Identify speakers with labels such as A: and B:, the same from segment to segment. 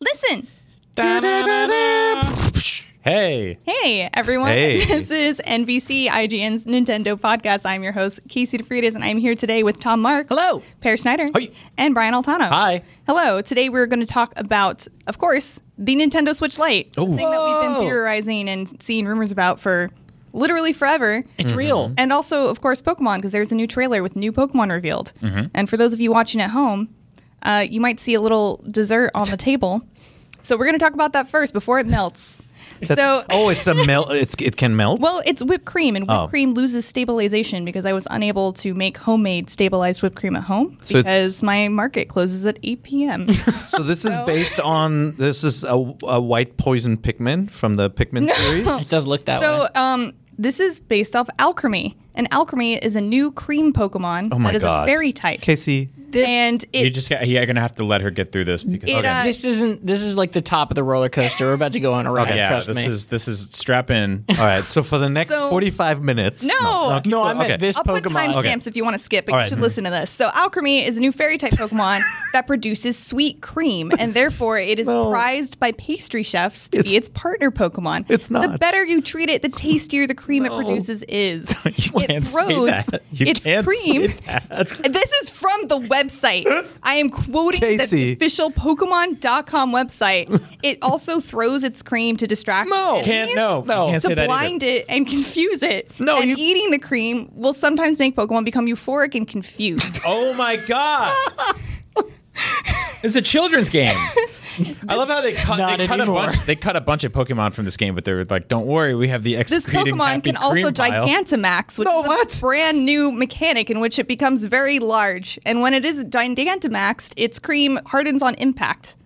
A: Listen.
B: Hey.
A: Hey, everyone.
B: Hey.
A: This is NBC, IGN's Nintendo podcast. I'm your host, Casey DeFritas, and I'm here today with Tom Mark.
B: Hello.
A: Per Schneider.
B: Hi.
A: And Brian Altano.
B: Hi.
A: Hello. Today we're going to talk about, of course, the Nintendo Switch Lite.
B: Ooh.
A: The thing that we've
C: Whoa.
A: been theorizing and seeing rumors about for literally forever.
C: It's
D: Mm-hmm.
C: real.
A: And also, of course, Pokemon, because there's a new trailer with new Pokemon revealed.
B: Mm-hmm.
A: And for those of you watching at home, uh, you might see a little dessert on the table. So we're going to talk about that first before it melts. so,
B: Oh, it's a melt. It's it can melt.
A: well, it's whipped cream, and whipped
B: Oh.
A: cream loses stabilization because I was unable to make homemade stabilized whipped cream at home
B: So
A: because
B: it's- Oh,
A: my market closes at 8 p.m.
B: so this is based on this is a, a white poison Pikmin from the Pikmin
C: It
B: series.
C: does look that way.
A: So, um, this is based off Alchemy, and Alchemy is a new cream Pokemon
B: Oh my
A: that is
B: god.
A: a fairy type.
B: Casey.
A: and
D: You
A: it,
D: just got- you're gonna have to let her get through this because
A: It, uh,
C: this isn't. This is like the top of the roller coaster. We're about to go on a ride.
D: Oh, yeah,
C: trust
D: this
C: me.
D: is this is strap in.
B: All right. So for the next
A: So-
B: 45 minutes.
A: No.
B: keep
C: no, I
B: going.
C: meant this
A: I'll put
C: Pokemon.
A: timestamps
B: Okay.
A: if you want to skip, but
B: All
A: you
B: right.
A: should listen to this. So, Alchemy is a new fairy type Pokemon that produces sweet cream, and therefore it is
B: No.
A: prized by pastry chefs to be its partner Pokemon.
B: It's
A: The
B: not.
A: better you treat it, the tastier the cream it produces is. it
B: can't say
A: throws
B: that. You
A: its
B: can't say
A: cream.
B: that.
A: This is from the website. I am quoting
B: Casey.
A: the official Pokemon.com website. It also throws its cream to distract
B: No.
A: enemies
D: Can't no.
B: No.
D: Can't say
A: to
D: that either.
A: blind it and confuse it.
B: No,
A: and
B: you-
A: eating the cream will sometimes make Pokemon become euphoric and confused.
D: Oh my god. It's a children's game. I love how they cut,
C: Not
D: they cut a
C: anymore.
D: bunch. They cut a bunch of Pokemon from this game, but they're like, "Don't worry, we have the
A: this
D: excreting
A: Pokemon
D: happy
A: can also
D: cream pile."
A: Gigantamax, which
B: No,
A: is a
B: what?
A: brand new mechanic in which it becomes very large. And when it is Gigantamaxed, its cream hardens on impact.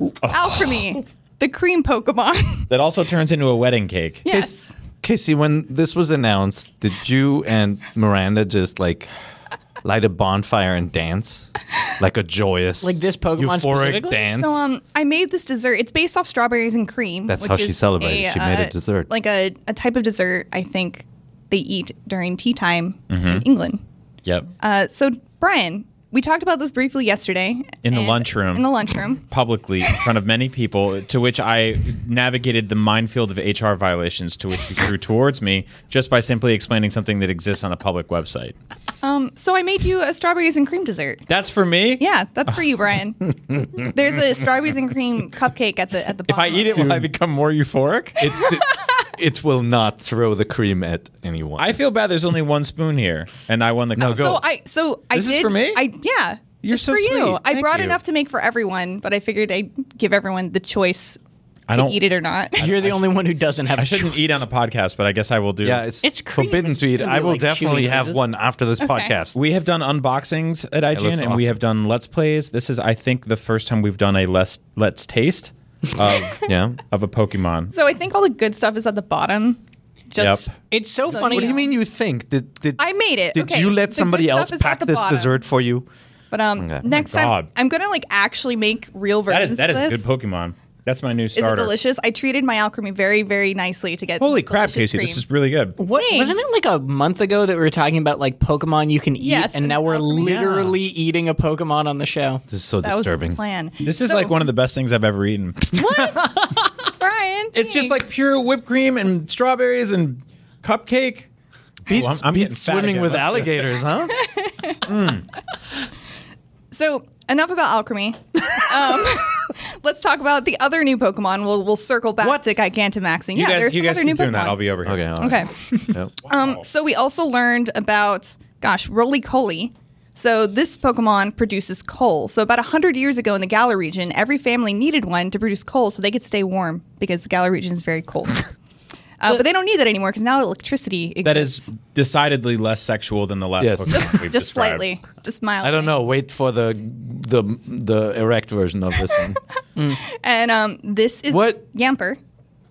D: oh.
A: Alchemy, the cream Pokemon.
D: That also turns into a wedding cake.
A: yes.
B: Casey, when this was announced, did you and Miranda just like light a bonfire and dance like a joyous,
C: Like this Pokemon
B: euphoric
C: specifically?
B: dance?
A: So um, I made this dessert. It's based off strawberries and cream.
B: That's
A: which
B: how she
A: is
B: celebrated.
A: a,
B: She made a
A: uh,
B: dessert.
A: like a, a type of dessert. I think they eat during tea time
B: Mm-hmm.
A: in England.
D: Yep.
A: Uh, so Brian, we talked about this briefly yesterday
D: In the
A: and-
D: lunchroom.
A: In the lunchroom.
D: Publicly in front of many people, to which I navigated the minefield of HR violations to which he threw towards me just by simply explaining something that exists on a public website.
A: So I made you a strawberries and cream dessert.
D: That's for me.
A: Yeah, that's for you, Brian. There's a strawberries and cream cupcake at the at the.
D: If I eat it, will I become more euphoric?
B: it, it will not throw the cream at anyone.
D: I feel bad. There's only one spoon here, and I won the no,
A: so I so I
D: This is
A: did
D: for me?
A: I yeah.
D: You're
A: it's
D: so
A: for you.
D: sweet.
A: I
D: Thank
A: brought
D: you.
A: enough to make for everyone, but I figured I'd give everyone the choice
D: I
A: to
D: don't-
A: eat it or not.
C: You're the only one who doesn't have.
D: I shouldn't eat on a podcast, but I guess I will do.
B: yeah, it's,
C: It's cream.
B: forbidden
C: It's
B: to eat.
C: gonna
B: I
C: be
B: will
C: like
B: definitely
C: chewy
B: have
C: pieces.
B: one after this podcast.
D: we have done unboxings at IGN,
B: looks
D: and
B: awesome.
D: we have done let's plays. This is, I think, the first time we've done a let's let's taste of
B: yeah.
D: of a Pokemon.
A: So I think all the good stuff is at the bottom. Just
D: Yep.
C: It's so funny.
B: What do you mean you think? Did did
A: I made it.
B: Did
A: Okay.
B: you
A: The
B: let
A: good
B: somebody
A: stuff
B: else
A: is at
B: pack
A: the
B: this
A: bottom.
B: dessert for you?
A: but um next
D: Oh my
A: time
D: God.
A: I'm gonna like actually make real
D: That
A: versions.
D: is that
A: of
D: is a
A: this.
D: good Pokemon. That's my new
A: Is
D: starter.
A: it delicious? I treated my alchemy very very nicely to get
D: Holy
A: this
D: crap,
A: delicious
D: Casey! This
A: cream.
D: is really good.
C: What
A: Thanks.
C: wasn't it like a month ago that we were talking about like Pokemon you can eat,
A: Yes,
C: and
A: and
C: now we're
A: Alchemy.
C: literally eating a Pokemon on the show.
B: This is so
A: that was
B: disturbing.
A: the plan.
D: This is like one of the best things I've ever eaten.
A: Brian.
D: it's just like pure whipped cream and strawberries and cupcake.
B: Beats,
D: Well, I'm- I'm
B: beats
D: getting fat
B: swimming
D: again.
B: with
D: Let's do it.
B: alligators, huh?
A: So enough about alchemy. Um, let's talk about the other new Pokemon. We'll we'll circle back
D: What?
A: to Gigantamaxing.
D: you
A: yeah,
D: guys,
A: there's
D: you
A: some
D: guys
A: other new
D: keep
A: Pokemon.
D: doing that. I'll be over here.
B: okay. All right.
A: okay.
B: Yep.
A: Um, so we also learned about, gosh, Roly Coly. So this Pokemon produces coal. So about 100 years ago in the Galar region, every family needed one to produce coal so they could stay warm because the Galar region is very cold. Uh, but they don't need that anymore because now electricity exists.
D: That is decidedly less sexual than the last
B: Yes.
D: Pokemon
A: just,
D: we've
A: just
D: described.
A: slightly, just mildly.
B: I don't know. Wait for the the the erect version of this one.
A: And um, this is
B: What?
A: Yamper.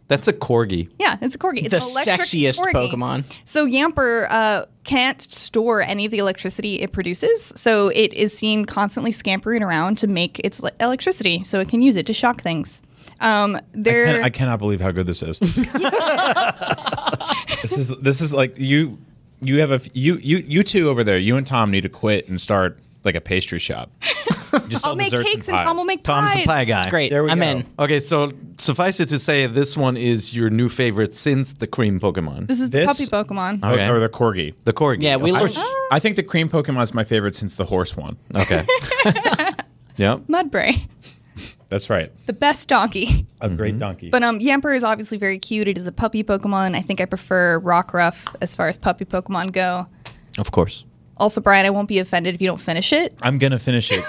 B: That's a corgi.
A: Yeah, it's a corgi. It's
C: The
A: an electric
C: sexiest
A: corgi.
C: Pokemon.
A: So Yamper uh, can't store any of the electricity it produces, so it is seen constantly scampering around to make its le- electricity, so it can use it to shock things. Um,
D: I,
A: there,
D: can- I cannot believe how good this is. this is this is like you you have a f- you you you two over there. You and Tom need to quit and start like a pastry shop. Just
A: I'll
D: sell
A: make
D: desserts
A: cakes and,
D: pies.
A: Tom will make
B: Tom's
A: pies.
B: the pie guy.
C: Great.
D: There we
C: I'm
D: go.
C: in.
B: Okay, so suffice it to say, this one is your new favorite since the cream Pokemon,
A: This is the puppy
D: This-
A: Pokemon.
B: Okay.
D: Oh, Or, or the corgi.
B: the corgi.
C: Yeah, we
B: okay.
C: look-
D: I think the cream Pokemon is my favorite since the horse one.
B: okay. yep.
A: Mudbray,
D: That's right.
A: the best donkey.
D: A great donkey.
A: But um, Yamper is obviously very cute. It is a puppy Pokemon. I think I prefer Rockruff as far as puppy Pokemon go.
B: Of course.
A: Also, Brian, I won't be offended if you don't finish it.
D: I'm gonna finish it.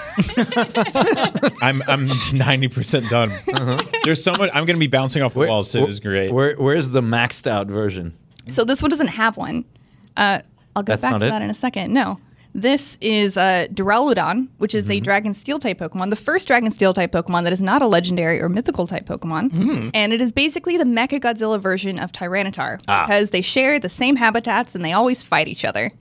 D: I'm I'm 90 percent done. There's so much. I'm gonna be bouncing off the walls. Too. It was great.
B: Where, where's the maxed out version?
A: So this one doesn't have one. Uh, I'll go
B: That's
A: back
B: not
A: to
B: it?
A: that in a second. No. This is uh, Duraludon, which is
D: Mm-hmm.
A: a Dragon Steel type Pokemon, the first Dragon Steel type Pokemon that is not a legendary or mythical type Pokemon.
D: Mm.
A: And it is basically the Mecha Godzilla version of Tyranitar
D: Ah.
A: because they share the same habitats and they always fight each other.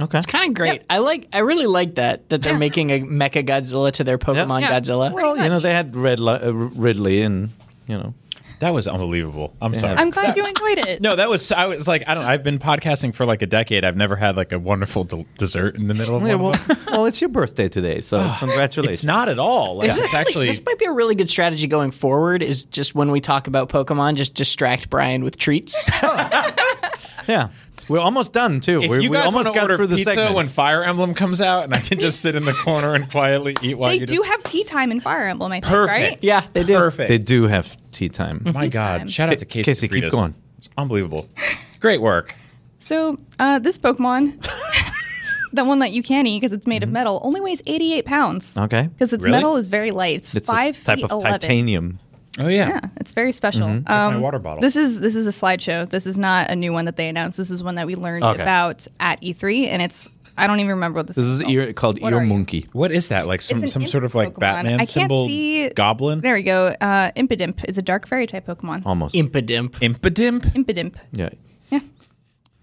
B: Okay.
C: Kind of great. I like. I really like that that they're making a Mecha Godzilla to their Pokemon
A: Yeah.
C: Godzilla.
A: Well,
B: Well, you know they had Red Li- uh, Ridley, and you know
D: That was unbelievable. I'm sorry.
A: I'm glad you enjoyed it.
D: no, that was. I was like, I don't. I've been podcasting for like a decade. I've never had like a wonderful del- dessert in the middle of
B: Yeah,
D: one.
B: well,
D: of them.
B: well, it's your birthday today, so congratulations.
D: It's not at all. Like,
C: This
D: It's
C: might be-
D: actually.
C: this might be a really good strategy going forward. Is just when we talk about Pokemon, just distract Brian with treats.
B: Yeah, we're almost done too.
D: If
B: we
D: you
B: we
D: guys
B: almost
D: want to
B: got
D: order
B: through the
D: pizza
B: segment.
D: when Fire Emblem comes out, and I can just sit in the corner and quietly eat while
A: They
D: you
A: do
D: just
A: have tea time in Fire Emblem, I think, right?
D: perfect.
C: yeah, they do.
D: Perfect.
B: they do have tea time.
D: My God! Shout out to Casey.
B: Casey, keep
D: Freitas.
B: going.
D: It's unbelievable. Great work.
A: So uh, this Pokemon, the one that you can eat because it's made of metal, only weighs 88 pounds.
B: Okay.
A: Because its
D: Really?
A: metal is very light. It's,
B: It's
A: five
B: a type
A: feet
B: of
A: 11.
B: titanium.
D: Oh yeah.
A: Yeah, it's very special. Um,
D: water bottle.
A: This is this is a slideshow. This is not a new one that they announced. This is one that we learned
B: Okay.
A: about at E3, and it's I don't even remember what this,
B: This is E- ear, called
A: Oh. What
B: ear
A: are you?
B: monkey.
D: What is that? Like
A: It's
D: some
A: an
D: some
A: imp
D: sort of like
A: Pokemon. I
D: Batman
A: can't
D: symbol
A: see-
D: goblin?
A: There we go. Uh, Impidimp is a dark fairy type Pokemon.
B: Almost.
C: Impidimp.
D: Impidimp.
A: Impidimp.
B: yeah.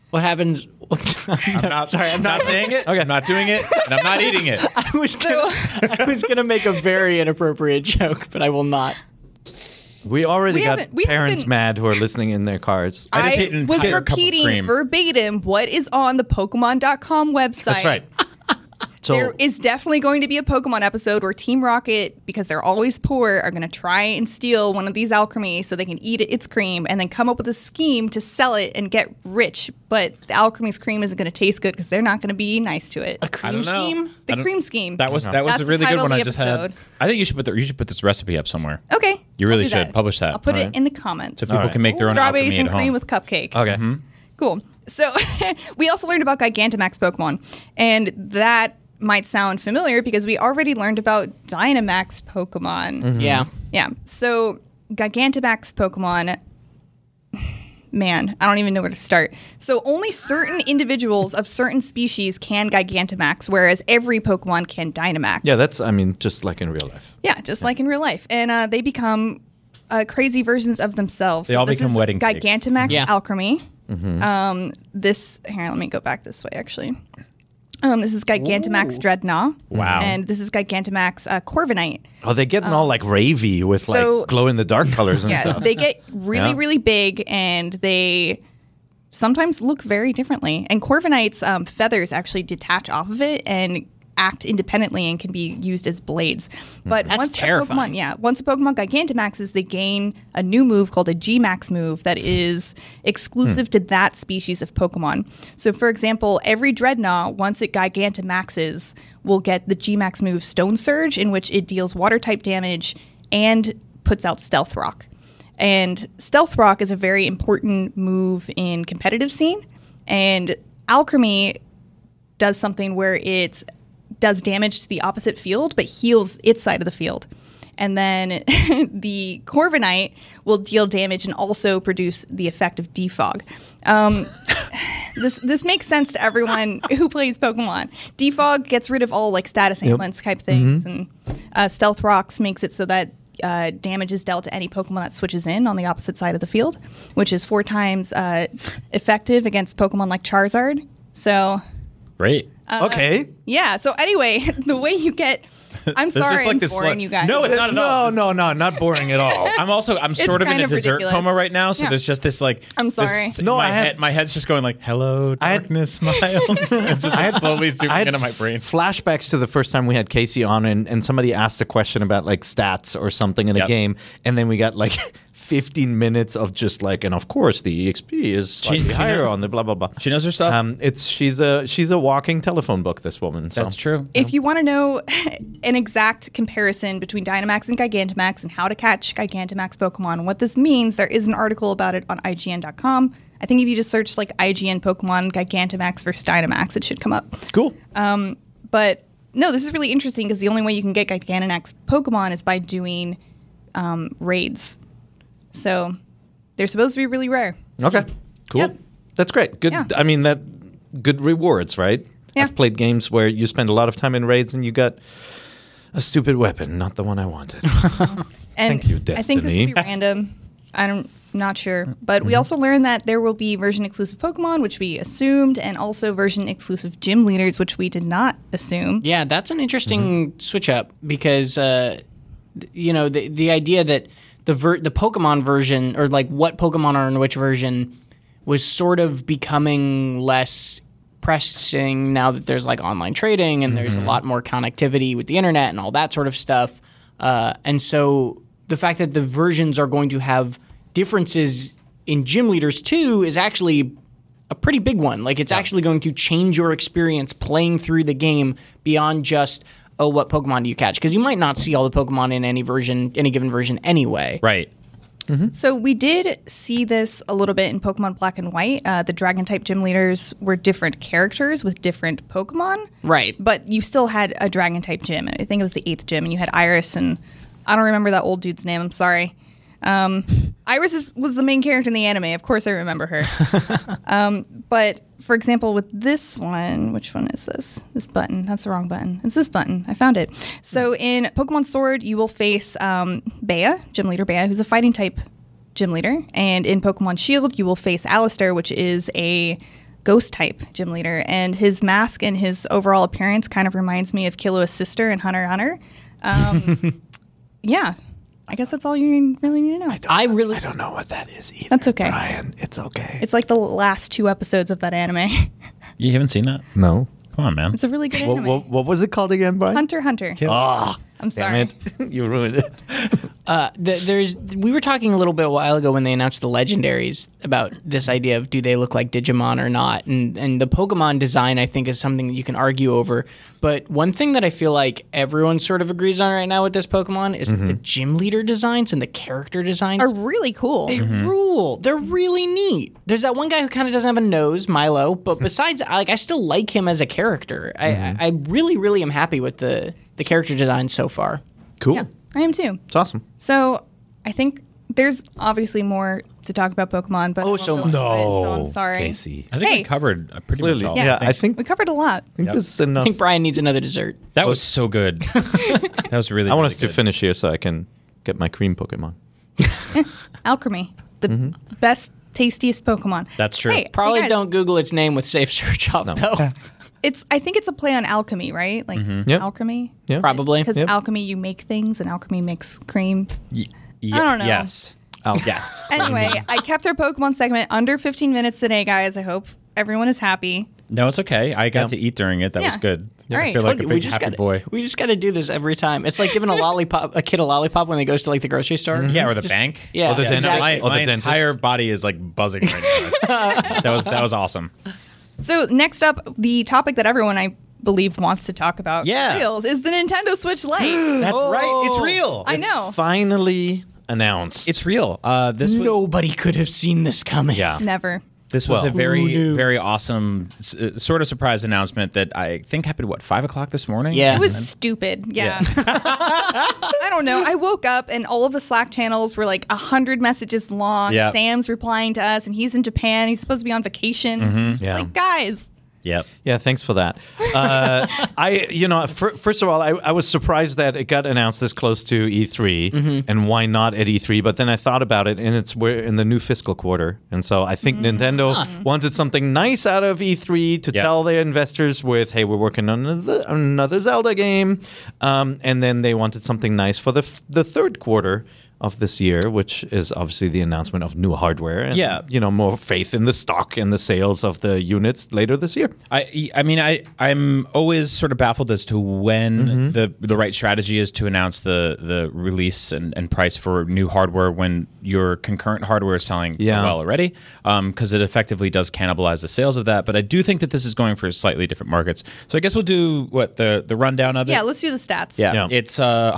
C: What happens?
D: I'm not sorry. I'm not saying it. I'm not doing it, and I'm not eating it.
C: I was gonna, I was gonna make a very inappropriate joke, but I will not.
B: We already
A: We
B: got
A: haven't- we
B: parents
A: haven't-
B: mad who are listening in their cars.
D: I just
A: I
D: ate an
A: was
D: entire cup of
A: repeating
D: cream.
A: verbatim what is on the Pokemon.com website.
B: That's right. So
A: There
D: Oh.
A: is definitely going to be a Pokemon episode where Team Rocket, because they're always poor, are going to try and steal one of these alchemy so they can eat its cream and then come up with a scheme to sell it and get rich. But the alchemy's cream isn't going to taste good because they're not going to be nice to it.
D: I
C: Cream
D: don't know.
C: scheme.
D: I
A: The
D: don't-
A: cream scheme.
D: That was that was
A: That's
D: a
A: the
D: really good
A: title
D: one
A: of
D: I
A: the
D: just
A: episode. Oh.
D: had. I think you should put the, you should put this recipe up somewhere.
A: Okay.
D: You
A: I'll
D: really
A: do
D: should. Publish that.
A: I'll put
D: All
A: it
D: right.
A: in the comments.
D: So people can make their own
A: Strawberries
D: alchemy
A: and
D: at
A: cream
D: home. Uh,
A: with cupcake.
B: okay.
D: Mm-hmm.
A: Cool. So we also learned about Gigantamax Pokemon, and that might sound familiar because we already learned about Dynamax
D: Mm-hmm.
A: Pokemon.
C: Yeah.
A: Yeah. So Gigantamax Pokemon. Man, I don't even know where to start. So only certain individuals of certain species can Gigantamax, whereas every Pokemon can Dynamax.
B: Yeah, that's I mean just like in real life.
A: Yeah, just like in real life. And uh, they become uh, crazy versions of themselves. They
D: all become wedding cakes. Mm-hmm.
A: Gigantamax
C: Yeah.
A: Alchemy. Um, this, here, let me go back this way, actually. Um, this is Gigantamax Dreadnought.
D: Wow.
A: And this is Gigantamax uh, Corviknight.
B: Oh, they're getting all like ravey with
A: so-
B: like glow in the dark colors and
A: Yeah,
B: stuff.
A: they get really,
B: Yeah.
A: really big and they sometimes look very differently. And Corviknight's um, feathers actually detach off of it and act independently and can be used as blades. But once
C: terrifying.
A: A Pokemon, yeah, once a Pokemon Gigantamaxes, they gain a new move called a G-Max move that is exclusive to that species of Pokemon. So, for example, every Dreadnought, once it Gigantamaxes, will get the G-Max move Stone Surge, in which it deals water type damage and puts out Stealth Rock. And Stealth Rock is a very important move in competitive scene. And Alchemy does something where it does damage to the opposite field but heals its side of the field. And then the Corviknight will deal damage and also produce the effect of defog. Um, this this makes sense to everyone who plays Pokemon. Defog gets rid of all like status ailments type things, and uh, Stealth Rocks makes it so that uh, damage is dealt to any Pokemon that switches in on the opposite side of the field, which is four times uh, effective against Pokemon like Charizard. So
D: Great.
A: Uh,
B: okay.
A: yeah. So anyway, the way you get I'm
D: There's
A: sorry, I'm
D: slight-
A: boring you guys.
D: No, it's not at all.
B: No, no, no, not boring at all.
D: I'm also I'm sort of in
A: kind
D: a
A: of
D: dessert
A: ridiculous.
D: coma right now, so
A: Yeah.
D: there's just this like
A: I'm
D: this-
A: sorry.
B: No,
D: my
B: I had-
D: head my head's just going like hello
B: had-
D: darkness smile. I'm just
B: I
D: like,
B: had-
D: slowly
B: I
D: zooming
B: had
D: into my brain.
B: Flashbacks to the first time we had Casey on, and, and somebody asked a question about like stats or something in a
D: Yep.
B: game, and then we got like 15 minutes of just like, and of course the EXP is slightly
D: she
B: higher
D: knows-
B: on the blah blah blah.
D: She knows her stuff.
B: Um, it's she's a she's a walking telephone book. This woman. So.
D: true.
A: If you want to know an exact comparison between Dynamax and Gigantamax and how to catch Gigantamax Pokemon, what this means, there is an article about it on IGN.com. I think if you just search like IGN Pokemon Gigantamax versus Dynamax, it should come up.
B: Cool.
A: But no, this is really interesting because the only way you can get Gigantamax Pokemon is by doing um, raids. So they're supposed to be really rare.
B: okay. Cool.
A: Yep.
B: That's great. Good.
A: Yeah.
B: I mean that. Good rewards, right?
A: Yeah.
B: I've played games where you spend a lot of time in raids and you got a stupid weapon, not the one I wanted.
A: And
B: Thank you,
A: I think this
B: Destiny. Mm-hmm.
A: will be random. I'm not sure. But we also learned that there will be version exclusive Pokemon, which we assumed, and also version exclusive gym leaders, which we did not assume.
C: Yeah, that's an interesting switch up because uh, th- you know the the idea that the ver- the Pokemon version or like what Pokemon are in which version was sort of becoming less pressing now that there's like online trading and there's a lot more connectivity with the internet and all that sort of stuff. Uh, and so the fact that the versions are going to have differences in gym leaders too is actually a pretty big one. Like it's actually going to change your experience playing through the game beyond just oh, what Pokemon do you catch? Because you might not see all the Pokemon in any version, any given version, anyway.
D: Right.
A: So we did see this a little bit in Pokemon Black and White. Uh, the Dragon type gym leaders were different characters with different Pokemon.
C: Right.
A: But you still had a Dragon type gym. I think it was the eighth gym, and you had Iris, and I don't remember that old dude's name. I'm sorry. Um, Iris is, was the main character in the anime. Of course, I remember her. But for example, with this one, which one is this? This button. That's the wrong button. It's this button. I found it. So in Pokemon Sword, you will face um, Bea, gym leader Bea, who's a fighting type gym leader. And in Pokemon Shield, you will face Alistair, which is a ghost type gym leader. And his mask and his overall appearance kind of reminds me of Killua's sister in Hunter x Hunter. Um, yeah. I guess that's all you really need to know.
C: I really
B: I don't know what that is either.
A: That's okay.
B: Brian, it's okay.
A: It's like the last two episodes of that anime.
D: You haven't seen that?
B: no.
D: Come on, man.
A: It's a really good
B: What,
A: anime.
B: what, what was it called again, Brian?
A: Hunter x Hunter.
B: Ah,
A: I'm sorry.
B: Damn it. you ruined it.
C: th- there's we were talking a little bit a while ago when they announced the legendaries about this idea of do they look like Digimon or not, and and the Pokemon design I think is something that you can argue over. But one thing that I feel like everyone sort of agrees on right now with this Pokemon is
B: Mm-hmm.
C: that the gym leader designs and the character designs
A: are really cool.
C: They
D: Mm-hmm.
C: rule. They're really neat. There's that one guy who kind of doesn't have a nose, Milo,
D: Hmm.
C: but besides, I- like I still like him as a character. I,
D: Mm-hmm.
C: I I really, really am happy with the the character design so far.
B: Cool.
A: I am too.
B: It's awesome.
A: So I think there's obviously more to talk about Pokemon, but I won't
C: so
A: go
C: much.
A: into it, so I'm sorry.
B: Casey.
D: Oh, I think
A: Hey.
D: we covered uh, pretty
B: Clearly.
D: much all.
B: Yeah,
D: of it.
B: I think,
A: We covered a lot.
B: I think this is enough.
C: I think Brian needs another dessert.
D: that was so good. that was really.
B: I want
D: really
B: us to
D: good.
B: finish here so I can get my cream Pokemon.
A: Alchemy, the
B: Mm-hmm.
A: best, tastiest Pokemon.
D: That's true.
A: Hey, hey
C: Probably
A: guys,
C: don't Google its name with safe search off though.
A: It's. I think it's a play on alchemy, right? Like
B: Yep.
A: alchemy.
B: Yeah.
C: Probably.
A: Because
B: Yep.
A: alchemy, you make things, and alchemy makes cream.
D: Ye-
A: I don't know.
D: Yes.
B: Oh.
D: Yes.
A: Anyway, I kept our Pokemon segment under 15 minutes today, guys. I hope everyone is happy.
D: No, it's okay. I got
B: Yeah.
D: to eat during it. That was
A: Yeah.
D: good.
A: Yeah.
D: I feel
A: Alright.
D: like a
C: we
D: big
C: just
D: happy
C: gotta,
D: boy.
C: We just got to do this every time. It's like giving a lollipop, a kid a lollipop when they goes to like the grocery store.
D: Mm-hmm. Yeah, or the Oh, bank.
C: yeah, Or the
D: No,
C: dentist.
D: my,
B: Or the
D: my
B: dentist.
D: entire body is like buzzing right now. that was that was awesome.
A: So next up, the topic that everyone I believe wants to talk about
D: Yeah.
A: feels is the Nintendo Switch Lite.
D: That's right. It's
A: Oh.
D: real.
A: I know.
B: Finally announced.
D: It's real. Uh, this was
C: Nobody could have seen this coming.
B: yeah.
A: Never.
D: This was
B: Well-
D: a very, very awesome s- uh, sort of surprise announcement that I think happened, what, 5 o'clock this morning?
C: Yeah.
A: It was stupid. Yeah. I don't know. I woke up and all of the Slack channels were like 100 messages long.
D: Yeah. Mm-hmm.
A: Sam's replying to us and he's in Japan. He's supposed to be on vacation. It's
B: Yeah.
A: Like, guys,
D: Yep.
B: Yeah, thanks for that. Uh, I, you know, fir- first of all, I, I was surprised that it got announced this close to E3,
D: Mm-hmm.
B: and why not at E3? But then I thought about it, and it's we're in the new fiscal quarter, and so I think Nintendo wanted something nice out of E3 to
D: Mm-hmm. Yeah.
B: tell their investors with, "Hey, we're working on another, another Zelda game," um, and then they wanted something nice for the f- the third quarter. Of this year, which is obviously the announcement of new hardware, and
D: Yeah.
B: you know more faith in the stock and the sales of the units later this year.
D: I I mean I I'm always sort of baffled as to when
B: Mm-hmm.
D: the the right strategy is to announce the the release and, and price for new hardware when your concurrent hardware is selling
B: Yeah.
D: so well already because it effectively does cannibalize the sales of that. But I do think that this is going for slightly different markets. So I guess we'll do what the the rundown of
A: Yeah,
D: it.
A: let's do the stats.
D: Yeah,
B: Yeah.
D: it's uh,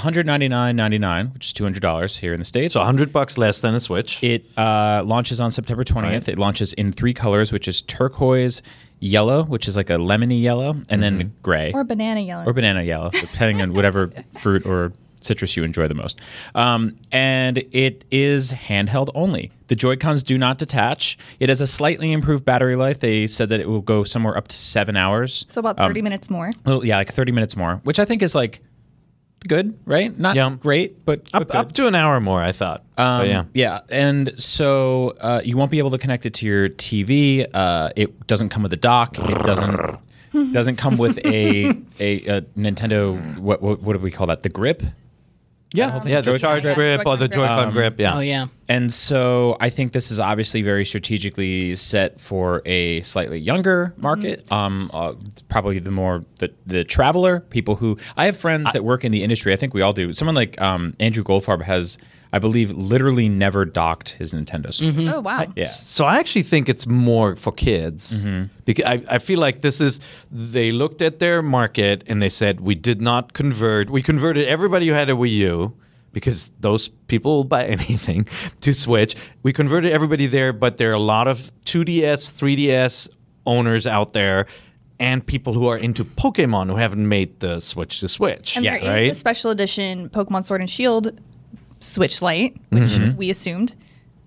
D: 199.99, which is two hundred dollars here in the states.
B: So 100 bucks less than a Switch.
D: It uh, launches on September 20th. It launches in three colors, which is turquoise, yellow, which is like a lemony yellow, and
B: Mm-hmm.
D: then gray
A: Or banana yellow.
D: or banana yellow, depending on whatever fruit or citrus you enjoy the most. Um, and it is handheld only. The Joy Cons do not detach. It has a slightly improved battery life. They said that it will go somewhere up to seven hours.
A: so about 30 minutes more.
D: Little- yeah, like 30 minutes more, which I think is like good, right? Not
B: Yeah.
D: great, but but
B: up,
D: good.
B: up to an hour more, I thought. Um, yeah.
D: Yeah, and so uh, you won't be able to connect it to your TV. Uh, it doesn't come with a dock. It doesn't doesn't come with a a, a Nintendo. What, what what do we call that? The grip.
B: Yeah, yeah the
D: Joy-Con
B: charge
A: grip.
B: grip, or the
A: Joy-Con
B: Joy-Con grip. Um, Yeah.
C: Oh yeah.
D: And so I think this is obviously very strategically set for a slightly younger market. Um, uh, probably the more the, the traveler people who I have friends that work in the industry. I think we all do. Someone like um, Andrew Goldfarb has, I believe, literally never docked his Nintendo Switch.
A: Oh, wow.
D: Yeah. Mm-hmm.
B: So I actually think it's more for kids because I, I feel like this is they looked at their market and they said we did not convert we converted everybody who had a Wii U because those people will buy anything to Switch we converted everybody there but there are a lot of 2DS 3DS owners out there and people who are into Pokemon who haven't made the Switch to Switch
A: And there is
B: right
A: a special edition Pokemon Sword and Shield Switch Light, which
B: Mm-hmm.
A: we assumed.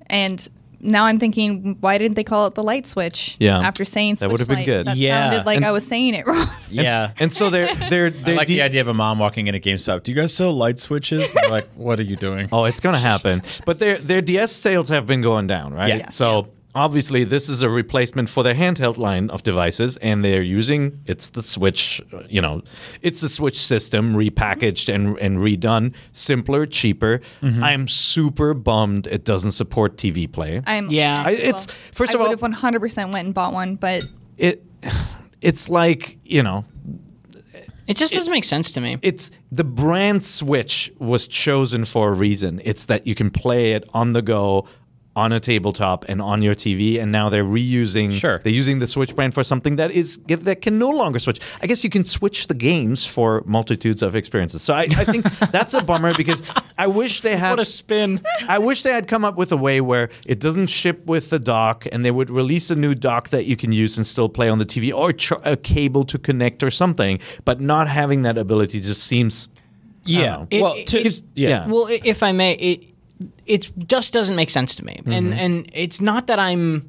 A: And now I'm thinking, why didn't they call it the Light Switch?
B: Yeah.
A: After saying Switch
B: That would've been
A: Lite?
B: good.
A: That
D: Yeah.
A: sounded like
D: And-
A: I was saying it wrong.
D: Yeah.
B: and so they're they're, they're
D: I like the,
B: de-
D: idea of a mom walking in a GameStop. Do you guys sell light switches? They're like, what are you doing?
B: Oh, it's gonna happen. But their their DS sales have been going down, right?
D: Yeah.
B: So obviously this is a replacement for their handheld line of devices, and they're using it's the Switch. uh, You know, it's the Switch system repackaged and and redone, simpler, cheaper. I'm super bummed it doesn't support TV play.
A: I'm
C: Yeah.
B: I- it's first
A: I
B: of all,
A: would have 100% went and bought one, but
B: it it's like you know
C: It just doesn't make sense to me.
B: it's the brand switch was chosen for a reason. It's that you can play it on the go, on a tabletop, and on your TV. And now they're reusing.
D: Sure.
B: they're using the Switch brand for something that is that can no longer switch. I guess you can switch the games for multitudes of experiences. So I, I think that's a bummer because I wish they had
C: spin.
B: I wish they had come up with a way where it doesn't ship with the dock, and they would release a new dock that you can use and still play on the TV, or ch- a cable to connect or something. But not having that ability just seems
D: Yeah.
B: It-
D: well,
C: it-
D: to,
C: it-
B: yeah.
C: Well, i- if I may, it it just doesn't make sense to me,
B: Mm-hmm.
C: and and it's not that I'm.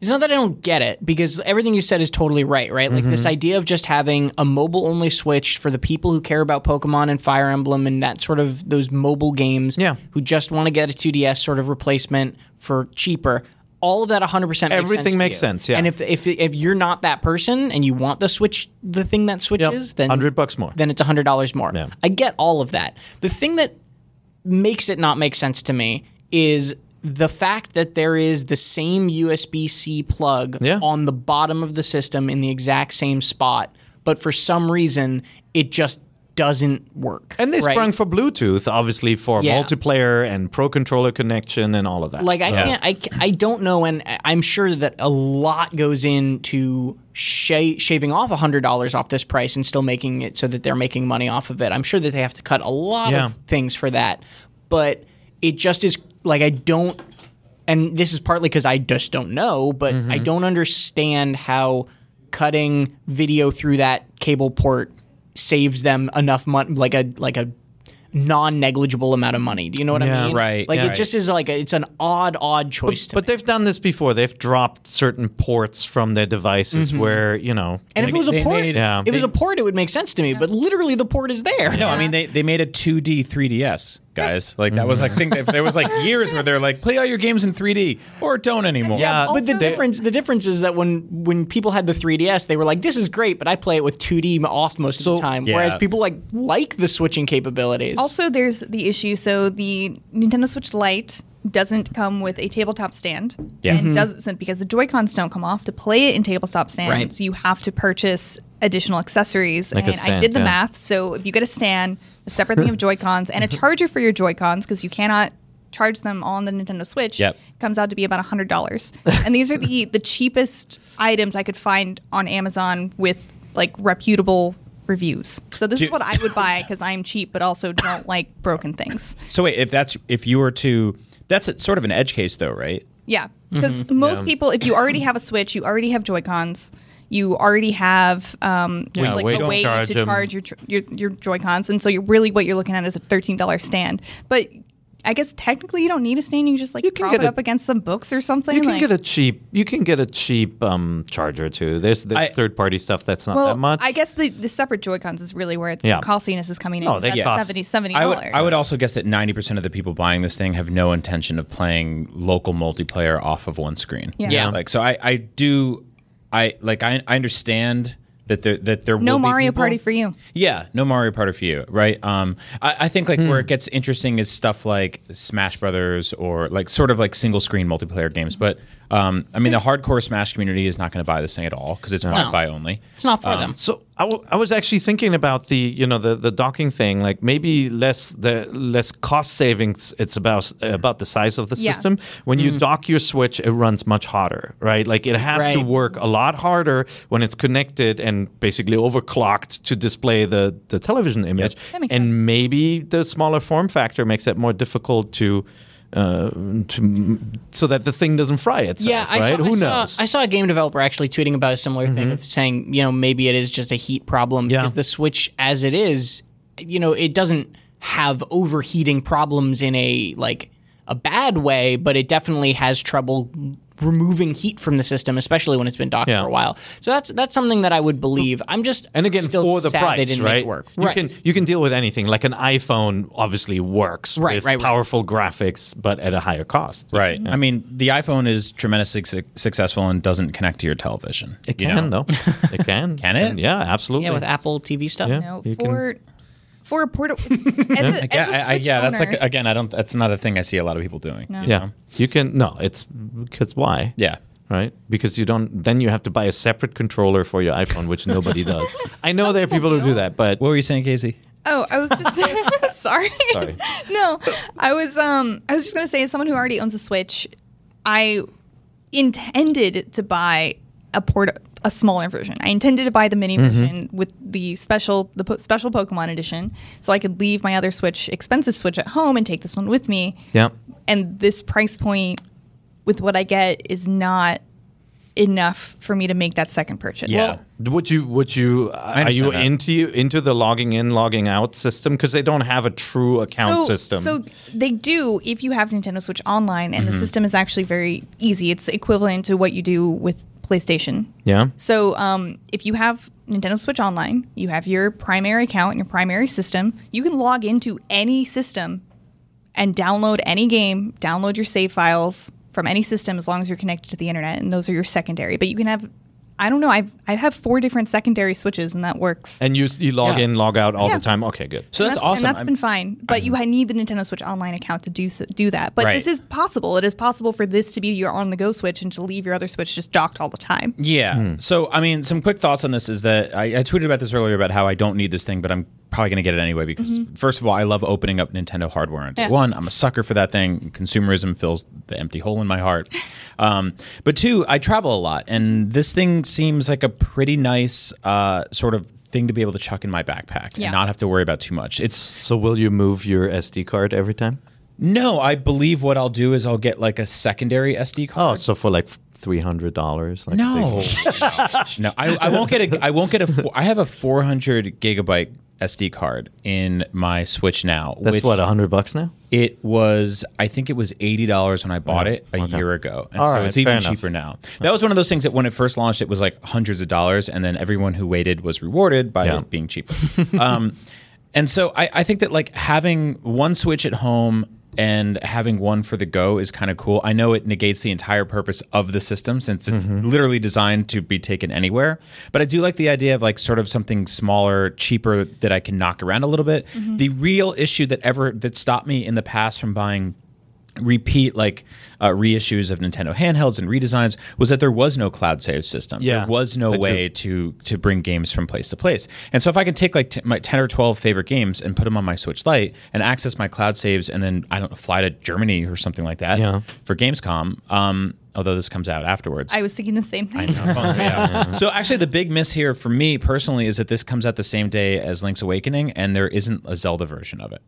C: It's not that I don't get it because everything you said is totally right, right? Like
B: Mm-hmm.
C: this idea of just having a mobile only Switch for the people who care about Pokemon and Fire Emblem and that sort of those mobile games
B: Yeah.
C: who just want to get a 2DS sort of replacement for cheaper. All of that 100% makes
B: Everything
C: sense to
B: makes
C: you.
B: sense, yeah.
C: And if, if if you're not that person and you want the Switch the thing that
B: Yep,
C: switches, then
B: 100 bucks more.
C: then it's hundred dollars more.
B: Yeah.
C: I get all of that. The thing that makes it not make sense to me is the fact that there is the same USB C plug
B: Yeah.
C: on the bottom of the system in the exact same spot, but for some reason it just doesn't work.
B: And they
C: right?
B: sprung for Bluetooth, obviously for
C: Yeah.
B: multiplayer and pro controller connection and all of that.
C: Like I
B: So-
C: can't, I, c- I don't know, and I- I'm sure that a lot goes into sha- shaving off hundred dollars off this price and still making it so that they're making money off of it. I'm sure that they have to cut a lot
B: Yeah.
C: of things for that, but it just is like I don't, and this is partly because I just don't know, but
B: Mm-hmm.
C: I don't understand how cutting video through that cable port saves them enough money, like a like a non-negligible amount of money. Do you know what
B: Yeah,
C: I mean?
D: right,
C: Like
D: yeah.
C: it just is like a, it's an odd, odd choice to
B: But
C: make.
B: they've done this before. They've dropped certain ports from their devices where, you know,
C: Mm-hmm. And if it was a
D: They
C: port,
D: made-
B: Yeah.
C: if it was a port, it would make sense to me. But literally, the port is there.
D: No, I mean they, they made a 2D 3DS, guys. Like that was like thing that there was like years where they're like play all your games in 3D or don't anymore.
B: Yeah,
C: but the
A: Also-
C: difference the difference is that when when people had the 3ds they were like this is great but i play it with 2d off most of the time
D: yeah.
C: whereas people like like the switching capabilities
A: Also, there's the issue. So the Nintendo Switch Lite doesn't come with a tabletop stand.
D: Yeah.
C: Mm-hmm.
A: And doesn't because the Joy Cons don't come off to play it in tabletop stand.
C: Right.
A: So you have to purchase additional accessories.
B: Like a
A: and I
B: stand,
A: did the
B: yeah.
A: math. So if you get a stand, a separate thing of Joy Cons, and a
D: Mm-hmm.
A: charger for your Joy Cons, because you cannot charge them on the Nintendo Switch,
D: Yep.
A: comes out to be about hundred dollars. and these are the the cheapest items I could find on Amazon with like reputable reviews. So this is
D: Do-
A: what I would buy because I'm cheap, but also don't like broken things.
D: So wait, if that's if you were to that's a, sort of an edge case though, right?
A: Yeah, because
B: Mm-hmm.
A: most people, if you already have a Switch, you already have Joy Cons. You already have um,
B: Yeah,
A: like
B: we
A: a
B: don't
A: way
B: charge
A: to
B: 'em.
A: charge your, tr- your your Joy Cons, and so you're really what you're looking at is a thirteen dollar stand. But I guess technically you don't need a stand; you just like
B: can
A: prop
B: get
A: it
B: a-
A: up against some books or something.
B: you can
A: like-
B: get a cheap you can get a cheap um, charger too. There's
D: I-
B: there's third party stuff that's not
A: well,
B: that much.
A: I guess the, the separate Joy Cons is really where it's,
B: Yeah.
A: the costliness is coming in.
B: No,
A: 'cause
B: they
A: that's
B: cost-
A: 70 70
D: I would
A: dollars.
D: I would also guess that 90% of the people buying this thing have no intention of playing local multiplayer off of one screen.
A: Yeah. Yeah.
D: Like so I I do I like I, I understand that there that there
A: no
D: will be
A: Mario
D: people-
A: Party for you.
D: Yeah, no Mario Party for you, right? Um, I, I think like where it gets interesting is stuff like Smash Brothers or like sort of like single screen multiplayer games. But um, I mean, the hardcore Smash community is not going to buy this thing at all because it's Wi-Fi only.
C: it's not for them
B: So I, w- I was actually thinking about the you know the, the docking thing like maybe less the less cost savings it's about about the size of the
A: Yeah.
B: system when
C: Mm.
B: you dock your switch it runs much hotter right like it has to
C: Right.
B: work a lot harder when it's connected and basically overclocked to display the the television image
A: That makes
B: and
A: sense.
B: maybe the smaller form factor makes it more difficult to uh, to so that the thing doesn't fry itself right
C: I saw,
B: who
C: I saw,
B: knows Mm-hmm.
C: I saw a game developer actually tweeting about a similar thing of saying, you know, maybe it is just a heat problem
B: Yeah.
C: because the Switch as it is, you know, it doesn't have overheating problems in a like a bad way, but it definitely has trouble removing heat from the system, especially when it's been docked
B: Yeah.
C: for a while. So that's that's something that I would believe. I'm just
B: and again
C: still
B: for the
C: sad
B: price,
C: they didn't
B: right?
C: make it work.
B: You
C: right.
B: can you can deal with anything. Like an iPhone obviously works
C: Right,
B: with
C: right, right.
B: powerful graphics, but at a higher cost.
D: Right. I mean, the iPhone is tremendously su- successful and doesn't connect to your television.
B: It
D: you
B: can
D: know?
B: though. It can.
D: Can it?
B: Yeah, absolutely.
C: yeah, with Apple TV stuff.
A: No,
B: you can-
A: for for a portable. as a,
D: Yeah,
A: as a
D: I, I,
A: Switch
D: yeah. That's
A: owner-
D: like again, I don't. That's not a thing I see a lot of people doing. No.
B: yeah. You can. No, it's because why?
D: Yeah.
B: Right, because you don't. Then you have to buy a separate controller for your iPhone, which nobody does. I know there are people who do that, but
D: What were you saying, Casey?
A: Oh, I was just sorry.
B: Sorry.
A: no, I was um I was just gonna say, as someone who already owns a Switch, I intended to buy a port a smaller version. I intended to buy the mini version with the special the po- special Pokemon edition, so I could leave my other Switch expensive Switch at home and take this one with me.
B: yeah,
A: And this price point with what I get is not enough for me to make that second purchase.
D: Yeah.
B: Would you would you are
D: understand
B: you
D: that.
B: into into the logging in logging out system because they don't have a true account system? Mm-hmm.
A: So they do if you have Nintendo Switch Online, and the system is actually very easy. It's equivalent to what you do with PlayStation.
B: yeah,
A: So um, if you have Nintendo Switch Online, you have your primary account and your primary system. You can log into any system and download any game, download your save files from any system as long as you're connected to the internet, and those are your secondary. But you can have, I don't know, I've I have four different secondary switches, and that works.
B: and you you log
D: Yeah.
B: in log out all
A: Yeah.
B: the time. Okay, good.
D: So that's,
A: and
D: awesome.
A: And that's
D: I'm-
A: been fine. But you need the Nintendo Switch Online account to do s- do that. But
D: Right.
A: this is possible. It is possible for this to be your on the go Switch and to leave your other Switch just docked all the time.
D: Yeah. So, I mean, some quick thoughts on this is that I, I tweeted about this earlier about how I don't need this thing, but I'm probably going to get it anyway because, first of all, I love opening up Nintendo hardware on day
A: Mm-hmm. Yeah.
D: one. I'm a sucker for that thing. Consumerism fills the empty hole in my heart. um, but two, I travel a lot, and this thing seems like a pretty nice uh, sort of thing to be able to chuck in my backpack
A: Yeah.
D: and not have to worry about too much. It's
B: So will you move your SD card every time?
D: no, I believe what I'll do is I'll get like a secondary SD card.
B: Oh, so for like three hundred dollars? Like
D: No,
B: they-
D: no, I, I won't get a. I won't get a. four- I have a 400 gigabyte SD card in my Switch now.
B: That's
D: which
B: what, a hundred bucks now?
D: it was. I think it was eighty dollars when I bought
B: Yeah,
D: it a
B: okay.
D: year ago, and
B: All
D: so
B: right,
D: it's even
B: fair enough.
D: cheaper now. That was one of those things that when it first launched, it was like hundreds of dollars, and then everyone who waited was rewarded by
B: Yeah.
D: it being cheaper. um, and so I, I think that like having one Switch at home. And having one for the go is kind of cool. I know it negates the entire purpose of the system since it's literally designed to be taken anywhere. But I do like the idea of like sort of something smaller, cheaper that I can knock around a little bit. The real issue that ever that stopped me in the past from buying repeat like uh, reissues of Nintendo handhelds and redesigns was that there was no cloud save system.
B: Yeah.
D: There was no
B: Agreed.
D: way to to bring games from place to place. And so if I could take like t- my 10 or 12 favorite games and put them on my Switch Lite and access my cloud saves and then I don't know, fly to Germany or something like that
B: Yeah.
D: for Gamescom, um, although this comes out afterwards.
A: I was thinking the same thing.
D: So actually, the big miss here for me personally is that this comes out the same day as Link's Awakening, and there isn't a Zelda version of it.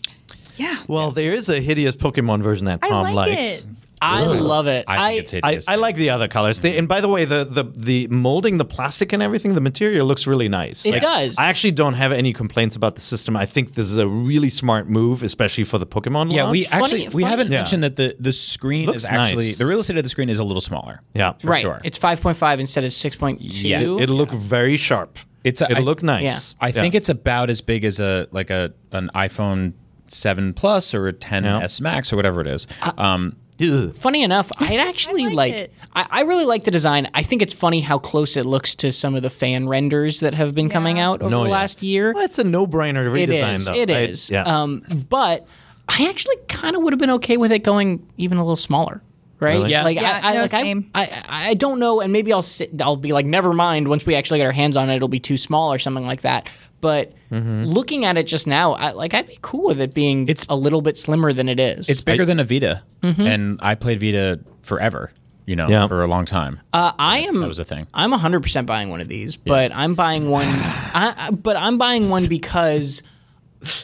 A: Yeah.
B: Well, there is a hideous Pokemon version that
A: I
B: Tom
A: like
B: likes.
A: it.
C: I love it.
D: I think it's
B: I,
D: hideous.
B: I like the other colors. They, and by the way, the, the the molding, the plastic, and everything, the material looks really nice.
C: It does.
B: I actually don't have any complaints about the system. I think this is a really smart move, especially for the Pokemon.
D: Yeah, we
B: launch.
C: Funny-
D: actually we
C: funny-
D: haven't
B: Yeah.
D: mentioned that the the screen
B: Looks
D: is actually
B: nice.
D: the real estate of the screen is a little smaller.
B: yeah, for
C: right.
B: sure.
C: It's 5.5 instead of 6.2.
D: Yeah, it-
B: It'll look very sharp.
D: It's a-
B: it'll
D: I-
B: look nice.
D: I think
B: Yeah.
D: it's about as big as a like a an iPhone seven plus or a 10s
B: Yeah.
D: Max or whatever it is. Um,
B: Ugh.
C: Funny enough, I actually
A: like
C: like.
A: it.
C: I, I really like the design. I think it's funny how close it looks to some of the fan renders that have been coming
A: Yeah.
C: out over
B: No,
C: the
B: yeah.
C: last year.
B: Well, it's a no-brainer redesign,
C: It is.
B: though.
C: It
B: right?
C: is.
B: Yeah.
C: Um, but I actually kind of would have been okay with it going even a little smaller. Right?
B: Really?
D: Yeah.
C: Like,
A: Yeah,
C: I, I,
A: no,
C: like I,
A: same.
C: I, I, I don't know, and maybe I'll sit. I'll be like, never mind. Once we actually get our hands on it, it'll be too small or something like that. But
B: Mm-hmm.
C: looking at it just now, I, like I'd be cool with it being it's, a little bit slimmer than it is.
D: it's bigger than a Vita, and I played Vita forever. You know,
B: Yeah.
D: for a long time.
C: Uh, I am.
D: that was a thing.
C: I'm 100 percent buying one of these, but I'm buying one. I, I- but I'm buying one because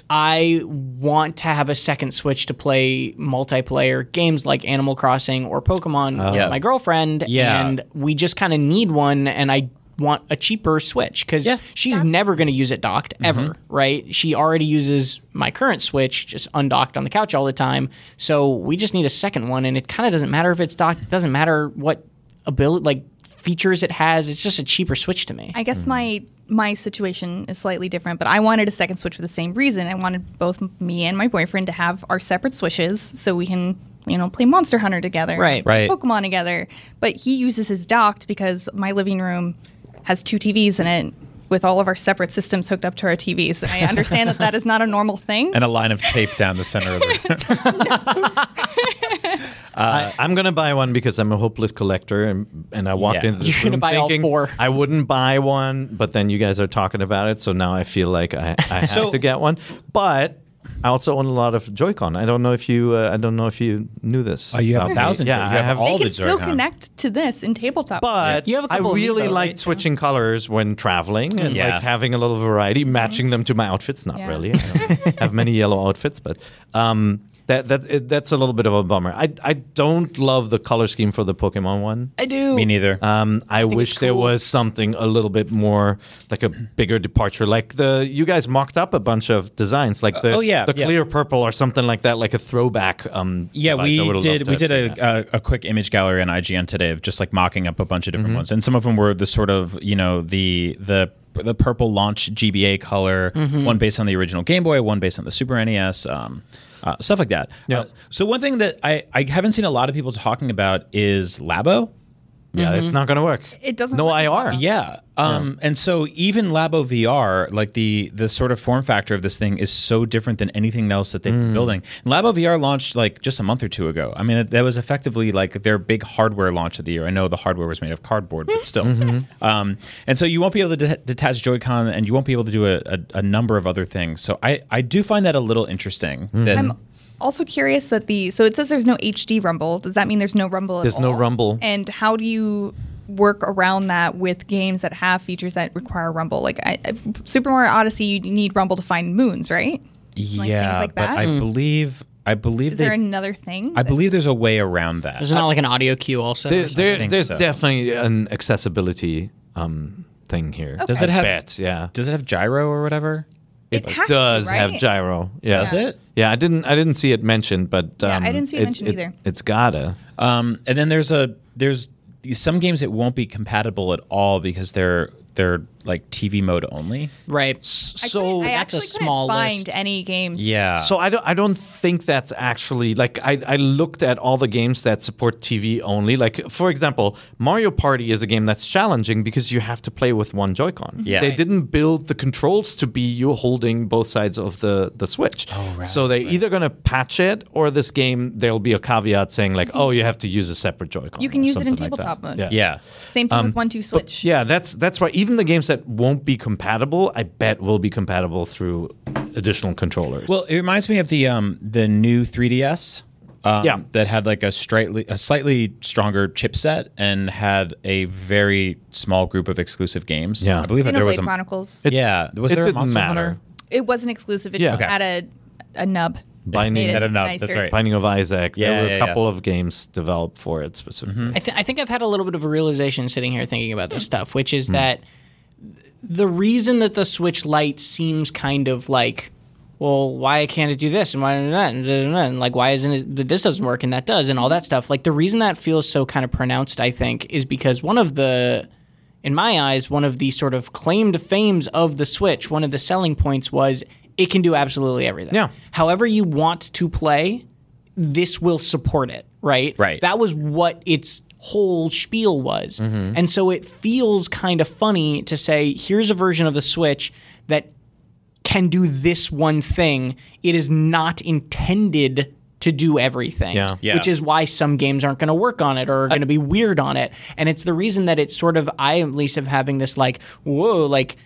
C: I want to have a second Switch to play multiplayer games like Animal Crossing or Pokemon with
D: Yeah.
C: my girlfriend.
D: Yeah.
C: and we just kind of need one, and I want a cheaper Switch because
D: Yeah.
C: she's never going to use it docked ever, right? She already uses my current Switch just undocked on the couch all the time. So we just need a second one, and it kind of doesn't matter if it's docked. It doesn't matter what ability, like features it has. It's just a cheaper Switch to me.
A: I guess
D: Hmm.
A: my my situation is slightly different, but I wanted a second switch for the same reason. I wanted both me and my boyfriend to have our separate switches so we can, you know, play Monster Hunter together,
C: Right.
D: Right.
A: Pokemon together. But he uses his docked because my living room has two TVs in it with all of our separate systems hooked up to our TVs. And I understand that that is not a normal thing.
D: And a line of tape down the center of it.
B: I, I'm gonna buy one because I'm a hopeless collector, and and I walked
D: Yeah.
B: into this
C: You're gonna
B: room
C: buy all
B: thinking
C: four.
B: I wouldn't buy one, but then you guys are talking about it, so now I feel like I, I have
D: So-
B: to get one. But I also own a lot of Joy-Con. I don't know if you, uh, I don't know if you knew this.
D: Oh, you have a
B: about me.
D: thousand
B: Yeah,
D: Joy- you
B: I
D: have
B: have
D: all
A: they
D: the
A: can still
D: Joy-Con.
A: connect to this in tabletop.
B: But
C: You have a
B: I
C: couple of
B: really
C: Amiibo,
B: like
C: right?
B: switching colors when traveling and
D: Yeah.
B: like having a little variety, matching them to my outfits. Not
A: Yeah.
B: really. I don't have many yellow outfits, but um, that that it, that's a little bit of a bummer. I I don't love the color scheme for the Pokemon one.
C: I do.
D: Me neither.
B: Um, I, wish
C: it's
B: there
C: cool.
B: was something a little bit more like a bigger departure. Like the you guys mocked up a bunch of designs, like the
D: Oh, yeah,
B: the
D: yeah.
B: clear purple or something like that, like a throwback. Um,
D: Yeah,
B: device. I
D: we
B: would've loved
D: did.
B: to
D: We
B: have
D: did
B: seen that.
D: a, a, a quick image gallery on IGN today of just like mocking up a bunch of different
B: Mm-hmm.
D: ones, and some of them were the sort of you know the the the purple launch GBA color,
B: Mm-hmm.
D: one based on the original Game Boy, one based on the Super NES, um, uh, stuff like that.
B: Yeah.
D: Uh, so one thing that I I haven't seen a lot of people talking about is Labo.
B: yeah.
C: Mm-hmm.
B: It's not gonna work.
A: It doesn't
B: No
A: work
B: IR.
D: Yeah. Um, And so even Labo VR, like the the sort of form factor of this thing is so different than anything else that they've been building. And Labo VR launched like just a month or two ago. I mean, that was effectively like their big hardware launch of the year. I know the hardware was made of cardboard, but still. Um, and so you won't be able to de- detach Joy-Con and you won't be able to do a, a, a number of other things. So I, I do find that a little interesting. That,
A: also curious that the so it says there's no HD rumble. Does that mean there's no rumble? At
B: There's no
A: all?
B: rumble.
A: And how do you work around that with games that have features that require rumble? Like I, I- Super Mario Odyssey, you need rumble to find moons, right?
D: yeah,
A: like
D: but
A: that?
D: I believe I believe
A: Is
D: they,
A: there another thing?
D: I believe there's a way around that.
C: There's not like an audio cue also.
B: There,
C: or something?
B: there,
D: think
B: there's
D: so.
B: definitely an accessibility um, thing here.
D: Does it have
B: Bets, yeah.
D: Does it have gyro or whatever?
A: It has to,
B: does have
A: right?
B: gyro. Yeah.
A: Does it?
B: Yeah, I didn't. I didn't see it mentioned, but um,
A: Yeah, I didn't see it mentioned either.
B: It's gotta.
D: Um, and then there's a there's some games that won't be compatible at all because they're they're like TV mode only.
C: right.
A: I
C: So
A: couldn't- I
C: that's a
A: actually
C: small
A: couldn't
C: list.
A: find any games.
D: Yeah.
B: So I don't. I don't think that's actually like I. I looked at all the games that support TV only. Like for example, Mario Party is a game that's challenging because you have to play with one Joy-Con.
A: Mm-hmm.
D: Yeah.
B: They
D: Right.
B: didn't build the controls to be you holding both sides of the the Switch. Oh right. So they're either gonna patch it or this game there'll be a caveat saying like, oh, you have to use a separate Joy-Con.
A: Mm-hmm. You can
B: or
A: use it in
B: something like that.
A: tabletop mode.
B: Yeah.
D: yeah.
A: Same thing with one two switch.
B: Yeah, that's that's why even the games that won't be compatible, I bet will be compatible through additional controllers.
D: Well, it reminds me of the um the new 3DS. Um,
B: Yeah.
D: That had like a slightly a slightly stronger chipset and had a very small group of exclusive games.
B: Yeah.
D: I believe that there was
A: Xenoblade
D: a
A: Chronicles. It,
D: yeah. Was
B: it
D: there a
B: didn't
D: Monster
B: matter.
D: Hunter?
A: wasn't exclusive. It
B: Yeah.
A: just
B: Okay.
A: had a a nub.
B: Binding,
A: Made it
D: Had a nub, that's
A: nicer.
D: right.
B: Binding of Isaac.
D: Yeah,
B: there were
D: yeah, yeah.
B: a
D: Mm-hmm.
B: couple of games developed for it specifically.
C: I, th- I think I've had a little bit of a realization sitting here thinking about this stuff, which is that th- the reason that the Switch Lite seems kind of like, well, why can't it do this and why not that and, da- da- da, and like why isn't it but this doesn't work and that does and all that stuff. Like the reason that feels so kind of pronounced, I think, is because one of the in my eyes, one of the sort of claim to fames of the Switch, one of the selling points was it can do absolutely everything.
B: Yeah.
C: However you want to play, this will support it, right?
D: Right.
C: That was what its whole spiel was. And so it feels kind of funny to say, here's a version of the Switch that can do this one thing. It is not intended to do everything,
B: Yeah.
D: Yeah.
C: which is why some games aren't going to work on it or are going to be weird on it. And it's the reason that it's sort of, I at least am having this like, whoa, like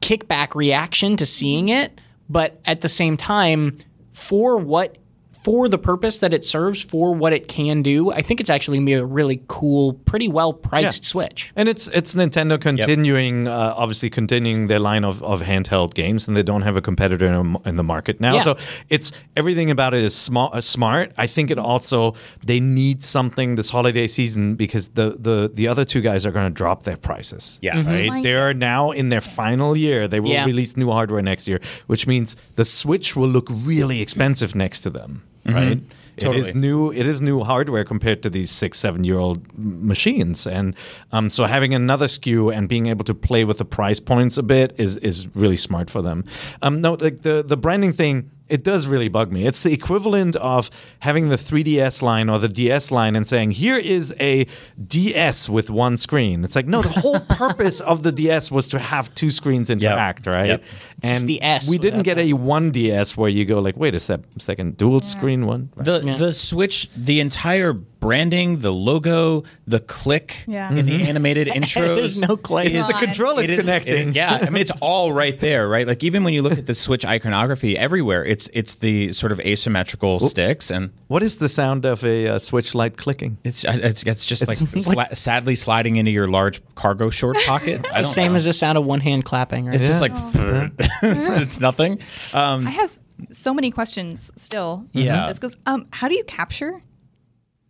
C: kickback reaction to seeing it. But at the same time, for what for the purpose that it serves, for what it can do, I think it's actually gonna be a really cool, pretty well priced
B: Yeah.
C: Switch.
B: And it's it's Nintendo continuing, uh, obviously continuing their line of, of handheld games, and they don't have a competitor in, in the market now.
C: Yeah.
B: So it's everything about it is small, uh, smart. I think it also they need something this holiday season because the the, the other two guys are going to drop their prices.
D: Yeah. Mhm.
B: right.
A: My-
B: they are now in their final year. They will
C: Yeah.
B: release new hardware next year, which means the Switch will look really expensive next to them.
D: Mm-hmm.
B: Right. It
D: Totally.
B: is new it is new hardware compared to these six seven year old m- machines and um, so having another skew and being able to play with the price points a bit is is really smart for them um, no like the the branding thing it does really bug me it's the equivalent of having the 3ds line or the ds line and saying here is a ds with one screen it's like no the whole purpose of the ds was to have two screens interact right
D: Yep.
B: and
C: just the S
B: we didn't
C: without
B: get a 1ds where you go like wait a sec- second dual screen one
D: The the Switch, the entire branding, the logo, the click
A: Yeah.
D: in
B: Mm-hmm.
D: the animated intros.
C: There's no click.
D: It is-
A: It's the
B: control
D: it
B: it's
D: is- it-
B: connecting.
D: yeah, I mean it's all right there, right? Like even when you look at the Switch iconography everywhere, it's it's the sort of asymmetrical sticks and
B: What is the sound of a uh, switch light clicking?
D: it's it's, it's just like, sla- sadly sliding into your large cargo short pocket. It's
C: The same as the sound of one hand clapping, right?
D: it's just like it's, it's nothing. Um,
A: I have so many questions still.
D: Yeah.
A: It's because um, how do you capture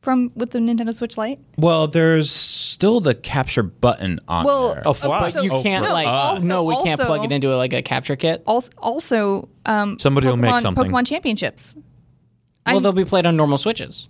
A: from with the Nintendo Switch Lite?
D: well, there's still the capture button on
A: Well, oh,
D: there.
A: of
B: why?
A: so-
B: You
C: uh, can't
A: no,
C: like
A: also-
C: no, we can't
A: also-
C: plug it into like a capture kit.
A: Also, also um,
B: Somebody
A: Pokemon,
B: will make something.
A: Pokemon Championships.
C: Well,
A: I'm-
C: they'll be played on normal switches.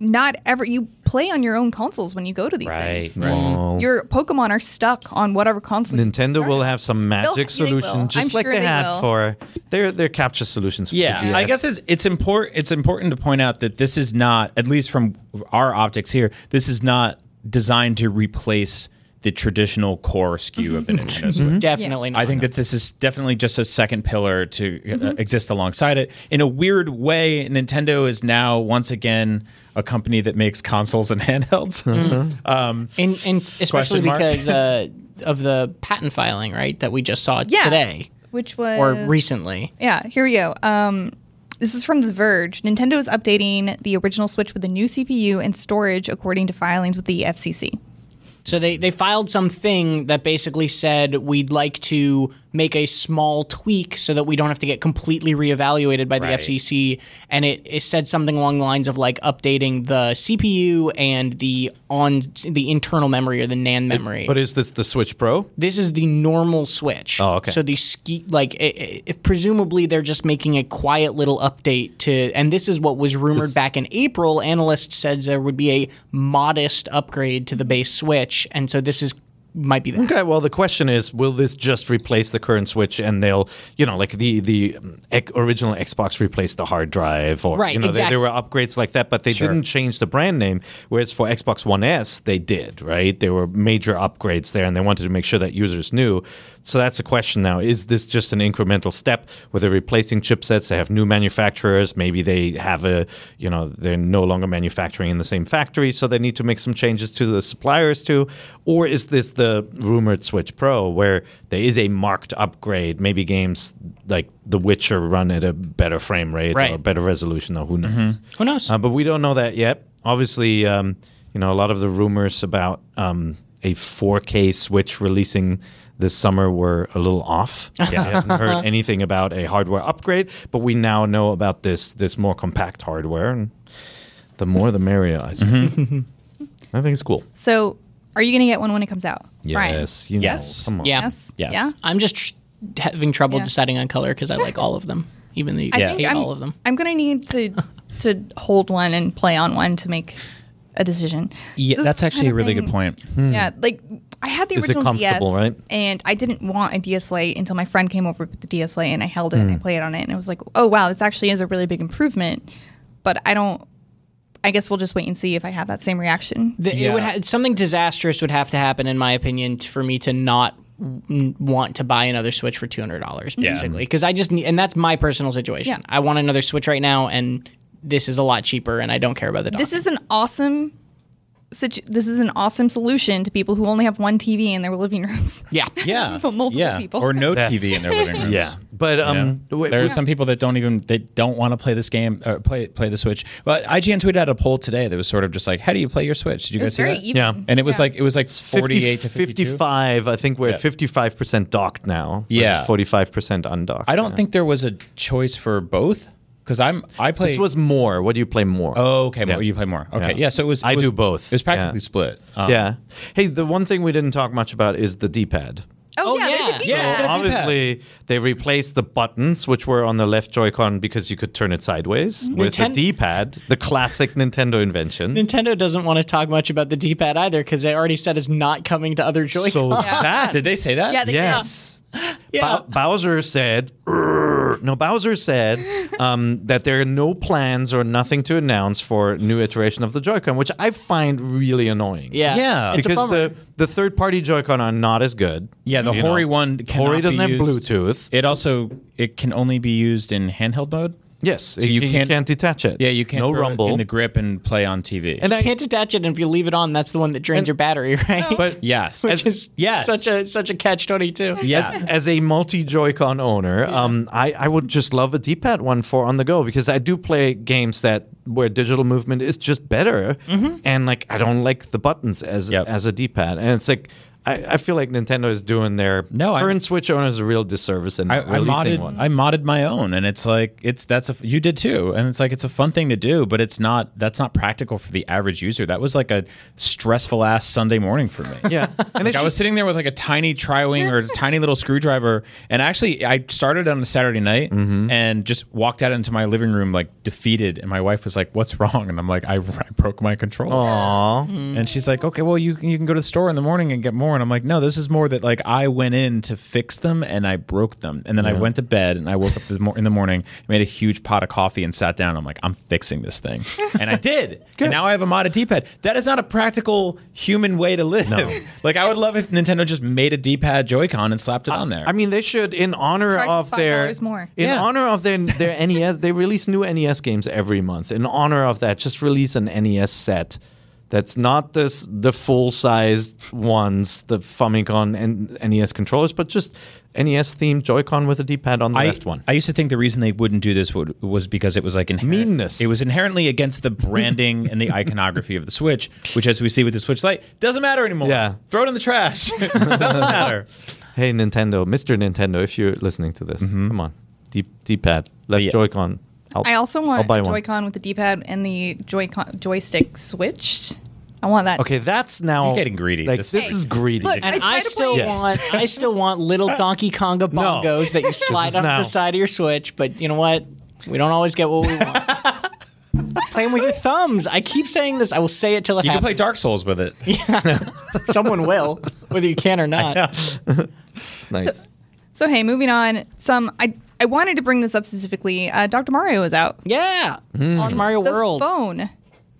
A: Not ever you play on your own consoles when you go to these things. Your Pokemon are stuck on whatever console. you
B: Nintendo will have some magic
A: they
B: solution,
A: will.
B: just
A: I'm
B: like
A: sure
B: they,
A: they
B: had
A: will.
B: for their their capture solutions. For
D: Yeah,
B: the DS.
D: I guess it's it's important it's important to point out that this is not at least from our optics here. This is not designed to replace the traditional core skew of the
A: Mm-hmm.
D: Nintendo Switch.
A: Hmm?
C: Definitely not.
D: I think that this is definitely just a second pillar to uh,
A: Mm-hmm.
D: exist alongside it. In a weird way, Nintendo is now once again a company that makes consoles and handhelds.
A: Mm-hmm.
C: and, and especially
D: Question mark?
C: because uh, of the patent filing, right, that we just saw
A: Yeah.
C: today
A: Which was
C: or recently.
A: Yeah, here we go. Um, this is from The Verge. Nintendo is updating the original Switch with a new CPU and storage according to filings with the FCC.
C: So they, they filed something that basically said we'd like to make a small tweak so that we don't have to get completely reevaluated by the
D: Right.
C: FCC. And it, it said something along the lines of like updating the CPU and the on the internal memory or the NAND memory.
B: But is this the Switch Pro?
C: This is the normal Switch.
B: Oh, okay.
C: So the ski, like i i presumably they're just making a quiet little update to, and this is what was rumored back in April. Analysts said there would be a modest upgrade to the base Switch, and so this is might be that.
B: Okay, well, the question is, will this just replace the current Switch, and they'll, you know, like the the um, ec- original Xbox replaced the hard drive, or
C: Right,
B: you know, there-
C: exactly.
B: there were upgrades like that, but they didn't change the brand name. Whereas for Xbox One S, they did, right? There were major upgrades there, and they wanted to make sure that users knew. So that's the question now: Is this just an incremental step where they're replacing chipsets? They have new manufacturers. Maybe they have a, you know, they're no longer manufacturing in the same factory, so they need to make some changes to the suppliers too. Or is this the rumored Switch Pro, where there is a marked upgrade? Maybe games like The Witcher run at a better frame rate or
C: Right.
B: better resolution, or who knows.
C: Who knows?
B: Uh, but we don't know that yet. Obviously, um, you know, a lot of the rumors about um, a 4K Switch releasing this summer were a little off. Yeah. I haven't heard anything about a hardware upgrade, but we now know about this this more compact hardware, and the more the merrier. I, think. I think it's cool.
A: So, are you going to get one when it comes out? Brian?
B: Yes, you know,
D: Yes.
B: come on.
C: yeah.
A: Yes.
D: Yes.
A: Yeah.
C: I'm just tr- having trouble
A: Yeah.
C: deciding on color because I like all of them, even though you
A: I
C: guys
A: think
C: hate
A: I'm,
C: all of them.
A: I'm going to need to to hold one and play on one to make a decision.
D: Yeah,
A: This
D: that's actually
A: kind
D: a
A: of
D: really
A: thing-
D: good point.
A: Yeah, like I had the
B: Hmm. Is it
A: original DS,
B: comfortable, right?
A: and I didn't want a DS Lite until my friend came over with the DS Lite, and I held it
B: Hmm.
A: and I played on it, and I was like, oh wow, this actually is a really big improvement. But I don't. I guess we'll just wait and see if I have that same reaction.
C: The, It would
D: Yeah.
C: ha- something disastrous would have to happen, in my opinion, t- for me to not w- want to buy another Switch for two hundred dollars, basically. Because I just need, and that's my personal situation.
A: Yeah.
C: I want another Switch right now, and this is a lot cheaper, and I don't care about the.
A: This
C: dock.
A: is an awesome. Situ- this is an awesome solution to people who only have one TV in their living rooms.
C: yeah,
D: Yeah.
A: For multiple
D: yeah.
A: people.
D: Or no
B: That's-
D: TV in their living rooms.
B: Yeah, but um, wait,
D: There are some people that don't even they don't want to play this game or play play the Switch. But IGN tweeted out a poll today that was sort of just like, "How do you play your Switch?" Did you guys
A: It's
D: see
A: very
D: that?
A: even.
B: Yeah.
D: And it was
A: Yeah.
D: like it was like 48 to 52.
B: 55. I think we're at
D: Yeah.
B: 55% docked now.
D: Yeah.
B: 45% undocked.
D: I don't think there was a choice for both because I'm I play.
B: This was more. What do you play more?
D: oh, okay.
B: Yeah.
D: Well, you play more. Okay,
B: Yeah.
D: yeah. so it was.
B: I
D: it was-
B: do both.
D: It was practically
B: Yeah.
D: split. Um,
B: yeah. Hey, the one thing we didn't talk much about is the D-pad.
A: Oh,
C: Oh,
A: yeah,
C: yeah.
A: there's a
D: Yeah,
A: D-pad.
D: it's got a
B: Obviously, they replaced the buttons, which were on the left Joy-Con because you could turn it sideways, with
C: Mm-hmm. Ninten-
B: the D-pad, the classic Nintendo invention.
C: Nintendo doesn't want to talk much about the D-pad either because they already said it's not coming to other Joy-Cons.
B: So that
D: Did they say that?
A: Yeah, they-
B: Yes.
C: Yeah.
B: Bow- Bowser said, "Urgh." no, Bowser said um, that there are no plans or nothing to announce for new iteration of the Joy-Con, which I find really annoying.
C: yeah,
D: Yeah.
C: it's a
B: because
C: bummer.
B: the, the third party Joy-Con are not as good.
D: Yeah, the
B: You
D: Hori
B: know.
D: one. cannot
B: Hori doesn't
D: be
B: have
D: used.
B: Bluetooth.
D: It also it can only be used in handheld mode.
B: Yes, you,
D: you
B: you can't,
D: can't-
B: detach it.
D: Yeah, you can't
B: no
D: throw it
B: rumble.
D: in the grip and play on TV.
C: and I can't detach it, and if you leave it on, that's the one that drains your battery, right?
B: but
D: yes,
C: which is
D: yes.
C: such a such a catch twenty-two.
D: yeah.
B: as a multi Joy-Con owner, um, I, I would just love a D-pad one for on the go because I do play games that where digital movement is just better, and like I don't like the buttons as
D: Mm-hmm. Yep.
B: as a D-pad, and it's like. I, I feel like Nintendo is doing their
D: No, I-
B: current Switch owners a real disservice in
D: I,
B: not
D: I
B: releasing
D: modded
B: one.
D: I modded my own, and it's like it's that's a you did too, and it's like it's a fun thing to do, but it's not that's not practical for the average user. That was like a stressful ass Sunday morning for me.
B: yeah, and they
D: Like I was sitting there with like a tiny tri-wing or a tiny little screwdriver, and actually I started on a Saturday night
B: Mm-hmm.
D: and just walked out into my living room like defeated, and my wife was like, "What's wrong?" And I'm like, "I, I broke my controller."
B: Aw.
D: And she's like, okay, well, you can, you can go to the store in the morning and get more. And I'm like, no, this is more that like I went in to fix them and I broke them. And then I went to bed and I woke up the mor- in the morning, made a huge pot of coffee and sat down. I'm like, I'm fixing this thing. And I did. and now I have a modded D-pad. That is not a practical human way to live. like I would love if Nintendo just made a D-pad Joy-Con and slapped it on there.
B: I mean, they should in honor
A: Charge
B: of
A: five
B: their
A: dollars more.
B: in
D: Yeah.
B: honor of their their E NES. They release new NES games every month. In honor of that, just release an NES E set. That's not this the full sized ones, the Famicom and NES controllers, but just NES themed Joy-Con with a D-pad on the
D: I,
B: left one.
D: I used to think the reason they wouldn't do this would, was because it was like inherent,
B: Meanness.
D: It was inherently against the branding and the iconography of the Switch, which, as we see with the Switch Lite, doesn't matter anymore.
B: Yeah.
D: throw it in the trash. doesn't matter.
B: hey Nintendo, Mr. Nintendo, if you're listening to this, come on, D- D-pad, left
D: Mm-hmm. yeah.
B: Joy-Con. I'll,
A: I also
B: I'll
A: want
B: buy one.
A: Joy-Con with the D-pad and the Joy-Con joystick switched. I want that.
B: Okay, that's now
D: You're getting greedy.
B: Like
D: This
B: this,
D: is
B: is greedy.
A: Look, I
C: And
A: tried
C: I,
A: to
C: still
A: play-
B: Yes.
C: want I still want little Donkey Konga
B: No.
C: bongos that you slide
B: is
C: up
B: now.
C: the side of your Switch, but you know what? We don't always get what we want. play them with your thumbs. I keep saying this. I will say it till it
D: You can play
C: happens.
D: Dark Souls with it.
C: Someone will, whether you can or not.
B: nice.
A: So hey, moving on. Some I I wanted to bring this up specifically. Uh, Dr. Mario is out
C: Yeah.
B: Hmm.
C: On Mario
A: the
C: World.
A: phone.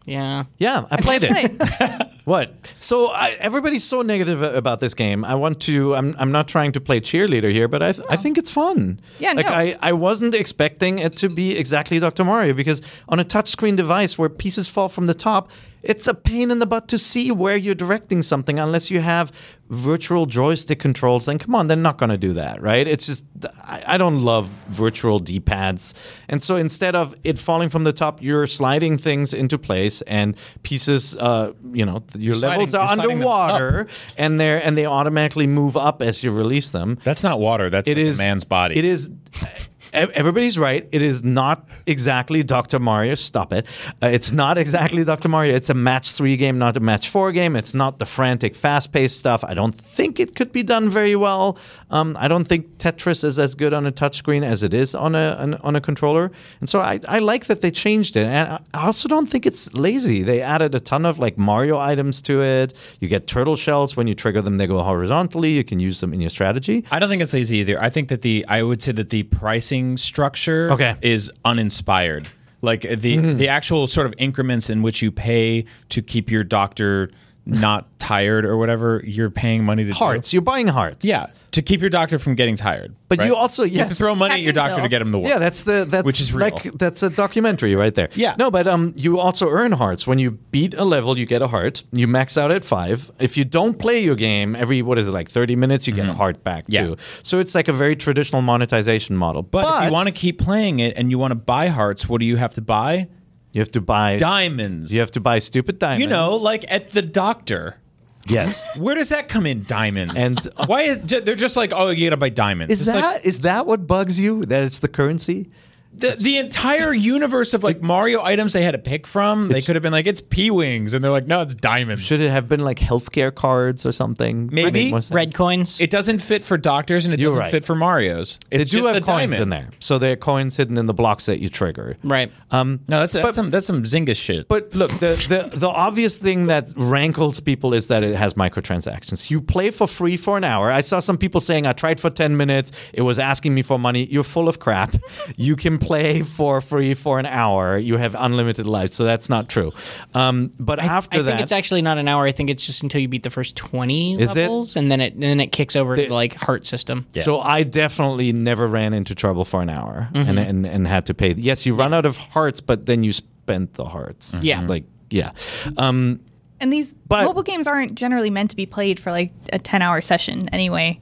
C: Yeah.
B: yeah, I played it.
A: Play.
B: What? So I, everybody's so negative a- about this game. I want to. I'm. I'm not trying to play cheerleader here, but I. Th- I think it's fun.
A: Oh. Yeah,
B: Like
A: no.
B: I. I wasn't expecting it to be exactly Dr. Mario because on a touchscreen device where pieces fall from the top, it's a pain in the butt to see where you're directing something unless you have virtual joystick controls. Then come on, they're not going to do that, right? It's just I, I don't love virtual D-pads, and so instead of it falling from the top, you're sliding things into place and pieces. Uh, you know, your
D: sliding-
B: levels are
D: you're sliding them
B: underwater and they are and they automatically move up as you release them.
D: That's not water. That's
B: It
D: like a
B: is
D: man's body.
B: It is ev- everybody's right. It is not exactly Dr. Mario. Stop it. Uh, it's not exactly Dr. Mario. It's a match 3 game, not a match 4 game. It's not the frantic fast-paced stuff. I don't think it could be done very well. Um, I don't think Tetris is as good on a touchscreen as it is on a on, on a controller. And so I, I like that they changed it. And I also don't think it's lazy. They added a ton of like Mario items to it. You get turtle shells when you trigger them, they go horizontally. You can use them in your strategy.
D: I don't think it's lazy either. I think that the I would say that the pricing structure
B: Okay. Hmm.
D: is uninspired. Like uh, the the actual sort of increments in which you pay to keep your doctor not tired or whatever you're paying money to do.
B: Hearts. You're buying hearts.
D: Yeah, to keep your doctor from getting tired.
B: But you
D: right?
B: also-
D: you have to
B: yes.
D: throw money at your
A: Packing
D: doctor to
A: bills.
D: get him to work.
B: Yeah, that's the that's
D: Which is real.
B: like that's a documentary right there.
D: Yeah.
B: No, but um, you also earn hearts when you beat a level. You get a heart. You max out at five. If you don't play your game every what is it like thirty minutes, you get a heart back
D: Mm-hmm. Yeah.
B: too. So it's like a very traditional monetization model. But,
D: but, if you want to keep playing it and you want to buy hearts, what do you have to buy?
B: you have to buy
D: Diamonds.
B: You have to buy stupid diamonds.
D: you know, like at the doctor.
B: yes.
D: Where does that come in, diamonds?
B: And-
D: why is, they're just like, oh, you gotta buy diamonds?
B: Is
D: It's like,
B: that is that what bugs you? That it's the currency.
D: the, the entire universe of like Mario items they had to pick from, they could have been like, it's P Wings. And they're like, no, it's diamonds.
B: Should it have been like healthcare cards or something?
D: Maybe.
B: Make more sense.
C: Red coins.
D: it doesn't fit for doctors and it
B: You're
D: doesn't
B: right.
D: fit for Mario's.
B: They
D: It's
B: do
D: just
B: have
D: the
B: coins
D: diamond.
B: in there, so there are coins hidden in the blocks that you trigger.
C: right.
B: Um,
D: No, that's, that's, some, that's some Zynga shit.
B: But look, the, the, the obvious thing that rankles people is that it has microtransactions. You play for free for an hour. I saw some people saying, I tried for 10 minutes. It was asking me for money. You're full of crap. you can play for free for an hour. You have unlimited lives. So that's not true. Um, but after
C: I
B: that.
C: think it's actually not an hour. I think it's just until you beat the first twenty
B: Is it?
C: levels, and then it and then it kicks over to like heart system.
B: So I definitely never ran into trouble for an hour
C: Mm-hmm.
B: and, and and had to pay. Yes, you run out of hearts, but then you spent the hearts.
C: Yeah.
B: like yeah. Um,
A: And these
B: But-
A: mobile games aren't generally meant to be played for like a 10 hour session anyway.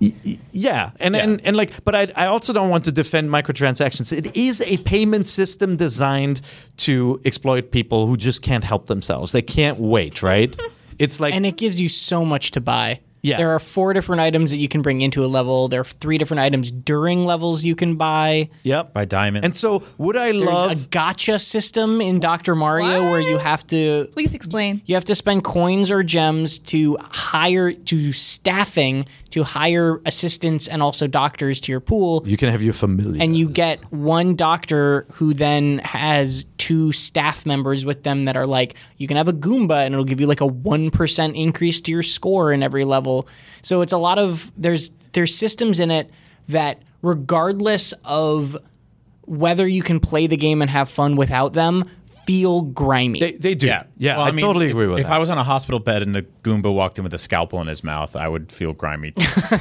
B: Yeah, and and and like, but I I also don't want to defend microtransactions. It is a payment system designed to exploit people who just can't help themselves. They can't wait, right? It's like
C: and it gives you so much to buy.
B: Yeah.
C: There are four different items that you can bring into a level. There are three different items during levels you can buy.
B: yep,
D: By diamonds.
B: And so, would I
C: There's
B: love?
C: a gotcha system in Dr. Mario where you have to
A: Please explain.
C: you have to spend coins or gems to hire to staffing to hire assistants and also doctors to your pool
B: you can have your familiar,
C: and you get one doctor who then has two staff members with them that are like you can have a goomba and it'll give you like a 1% increase to your score in every level so it's a lot of there's there's systems in it that regardless of whether you can play the game and have fun without them feel grimy.
B: They, they do. Yeah,
D: Well,
B: I,
D: mean,
B: totally
D: if-
B: agree with
D: If
B: that.
D: I was on a hospital bed and the Goomba walked in with a scalpel in his mouth, I would feel grimy. too.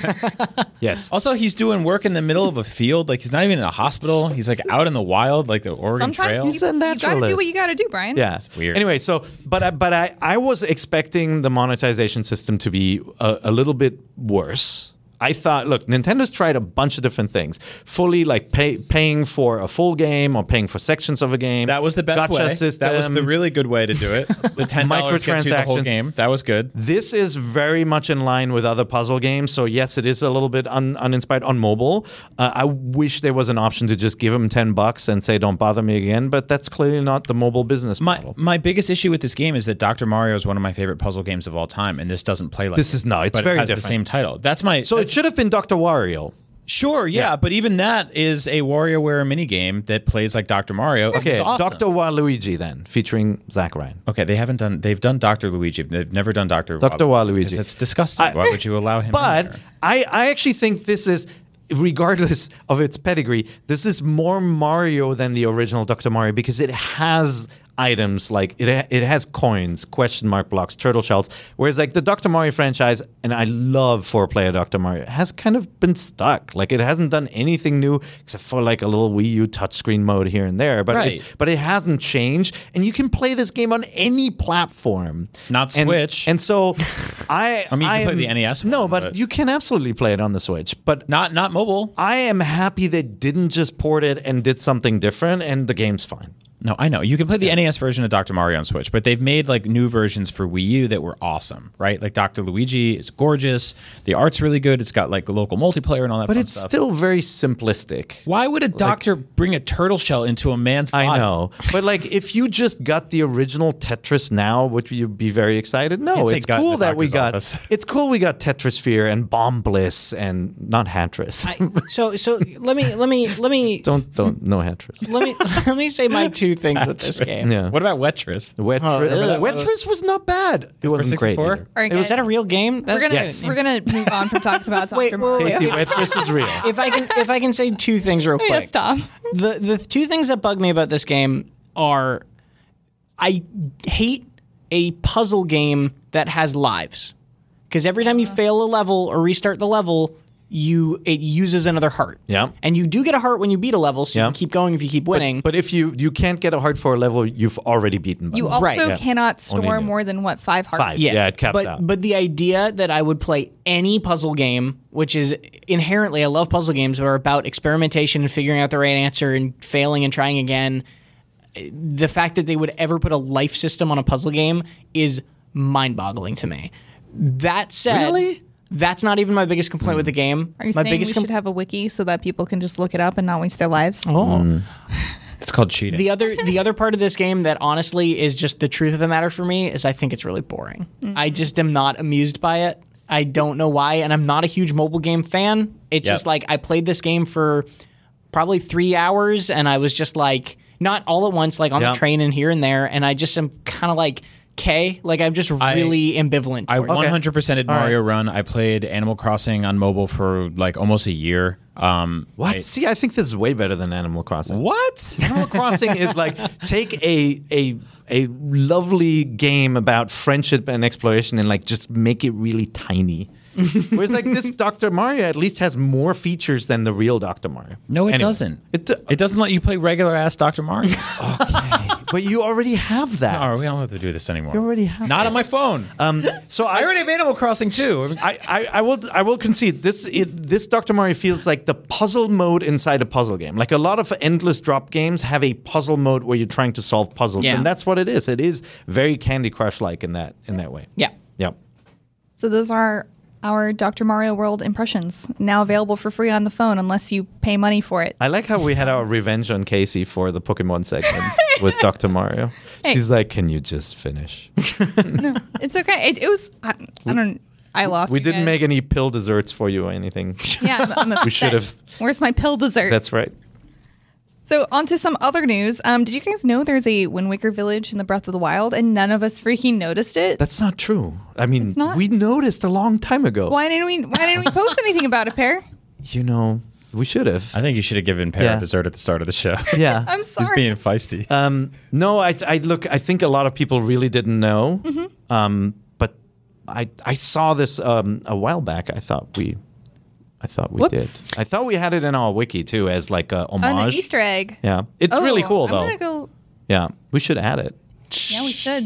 B: yes.
D: also, he's doing work in the middle of a field. Like he's not even in a hospital. He's like out in the wild, like the Oregon
A: Sometimes
D: Trail.
A: you,
B: He's a
A: you gotta do what
B: naturalist.
A: you gotta do, Brian.
B: Yeah,
D: It's weird.
B: Anyway, so but I, but I I was expecting the monetization system to be a, a little bit worse. I thought, look, Nintendo's tried a bunch of different things, fully like pay, paying for a full game or paying for sections of a game.
D: That was the best
B: gotcha
D: way.
B: System.
D: That was the really good way to do it. The ten dollars gets you the whole
B: Microtransactions.
D: game. That was good.
B: This is very much in line with other puzzle games. So yes, it is a little bit un- uninspired on mobile. Uh, I wish there was an option to just give them ten bucks and say, "Don't bother me again." But that's clearly not the mobile business
D: My
B: model.
D: my biggest issue with this game is that Dr. Mario is one of my favorite puzzle games of all time, and this doesn't play like
B: This
D: it.
B: is- no, it's
D: but it
B: very
D: has
B: different.
D: the same title. That's my
B: So it should have been Doctor Wario.
D: Sure, yeah, but even that is a WarioWare minigame that plays like Dr. Mario.
B: Okay,
D: It's awesome.
B: Doctor Waluigi then, featuring Zach Ryan.
D: Okay, they haven't done. They've done Doctor Luigi. They've never done Doctor
B: Dr. Waluigi.
D: That's disgusting. Why would you allow him? in
B: But
D: there?
B: I, I actually think this is, regardless of its pedigree, this is more Mario than the original Doctor Mario because it has items like it ha- it has coins, question mark blocks, turtle shells. Whereas like the Doctor Mario franchise, and I love four player Doctor Mario, has kind of been stuck. Like it hasn't done anything new except for like a little Wii U touchscreen mode here and there. But
D: Right.
B: it, but it hasn't changed, and you can play this game on any platform,
D: Not
B: And-
D: Switch.
B: And so I
D: I mean, you can play
B: am-
D: the NES one,
B: no, but,
D: but-
B: you can absolutely play it on the Switch. But
D: not not mobile.
B: I am happy they didn't just port it and did something different, and the game's fine.
D: No, I know. You can play the NES version of Dr. Mario on Switch, but they've made like new versions for Wii U that were awesome, right? Like Dr. Luigi is gorgeous. The art's really good. It's got like local multiplayer and all that.
B: But
D: fun
B: it's
D: stuff.
B: still very simplistic.
D: Why would a doctor bring a turtle shell into a man's body?
B: I know, but like if you just got the original Tetris now, would you be very excited? No,
D: Can't say
B: it's
D: gut in
B: cool
D: the
B: that we
D: doctor's
B: got.
D: office.
B: It's cool we got Tetrisphere and Bomb Bliss and not Hatris.
C: I- so so let me let me let me
B: don't don't no Hatris.
D: Oh,
C: let me let me say my two things with this game.
B: Yeah,
D: What about Wetris?
B: Wetris,
C: ugh.
B: Wetris was not bad. It wasn't great.
D: 64?
B: either.
A: All right,
C: Was
A: guys,
C: that a real game?
A: we're gonna
B: Yes.
A: we're gonna move on from talking about Dr.
C: Wait,
A: Mario.
C: wait, wait.
B: Casey, Wetris is real.
C: if I can if I can say two things real quick.
A: Yeah, stop.
C: the the two things that bug me about this game are I hate a puzzle game that has lives because every time you fail a level or restart the level you it uses another heart
B: Yeah.
C: and you do get a heart when you beat a level so
B: Yeah.
C: you can keep going if you keep winning
B: But if you you can't get a heart for a level you've already beaten, by
A: You
B: now.
A: also
C: Right. Yeah.
A: cannot store
B: new.
A: more than what five hearts.
B: Five. yeah, it capped
C: but,
B: out.
C: But the idea that I would play any puzzle game, which is inherently, I love puzzle games that are about experimentation and figuring out the right answer and failing and trying again. The fact that they would ever put a life system on a puzzle game is mind boggling to me. That said,
B: Really? Hmm.
C: that's not even my biggest complaint with the game.
A: Are you
C: my
A: saying we
C: biggest
A: should have a wiki so that people can just look it up and not waste their lives?
B: Oh.
C: complaint.
D: It's called cheating.
C: The other the other part of this game that honestly is just the truth of the matter for me is I think it's really boring. I just am not amused by it. I don't know why, and I'm not a huge mobile game fan. It's
D: Yep.
C: just like I played this game for probably three hours, and I was just like, not all at once, like on
B: Yeah.
C: the train and here and there, and I just am kind of like, okay, like I'm just really ambivalent.
D: I
C: towards it.
D: 100% did
B: right.
D: Mario Run. I played Animal Crossing on mobile for like almost a year. Um,
B: what? See, I think this is way better than Animal Crossing.
D: What?
B: Animal Crossing is like take a a a lovely game about friendship and exploration and like just make it really tiny. Whereas like this Dr. Mario at least has more features than the real Dr. Mario.
D: No, it
B: Anyway,
D: doesn't.
B: It
D: It,
B: do-
D: it doesn't let you play regular ass Dr. Mario.
B: But you already have that.
D: All right, we don't have to do this anymore. You
B: already have
D: Not on my phone.
B: um, so I,
D: Uh, I already have Animal Crossing too.
B: I, I, I will I will concede this it, this Dr. Mario feels like the puzzle mode inside a puzzle game. Like a lot of endless drop games have a puzzle mode where you're trying to solve puzzles,
C: Yeah.
B: and that's what it is. It is very Candy Crush like in that in that way.
C: yeah.
B: Yep.
A: So those are our Dr. Mario World impressions now available for free on the phone unless you pay money for it.
B: I like how we had our revenge on Casey for the Pokemon segment with Dr. Mario. She's like, "Can you just finish?"
A: It's okay. It, it was I, I don't I lost.
B: We
A: you
B: didn't
A: guys.
B: make any pill desserts for you or anything.
A: Yeah, I'm, I'm
B: We should
A: upset. Where's my pill dessert?
B: That's right.
A: So on to some other news. Um, did you guys know there's a Windwaker village in the Breath of the Wild, and none of us freaking noticed it?
B: That's not true. I mean,
A: not?
B: we noticed a long time ago.
A: why didn't we? Why didn't we post anything about it, Pear?
B: You know, We should have.
D: I think you should have given Para
B: Yeah.
D: dessert at the start of the show.
B: Yeah.
A: I'm
D: He's
A: sorry.
D: being feisty.
B: Um, no, I, th- I look. I think a lot of people really didn't know.
A: Mm-hmm.
B: Um, but I I saw this um, a while back. I thought we, I thought we
A: Whoops.
B: did. I thought we had it in our wiki too as like a
A: on
B: homage.
A: an Easter egg.
B: Yeah, it's really
A: Oh,
B: cool
A: I'm
B: though.
A: gonna go-
B: Yeah, we should add it.
A: Yeah, we should.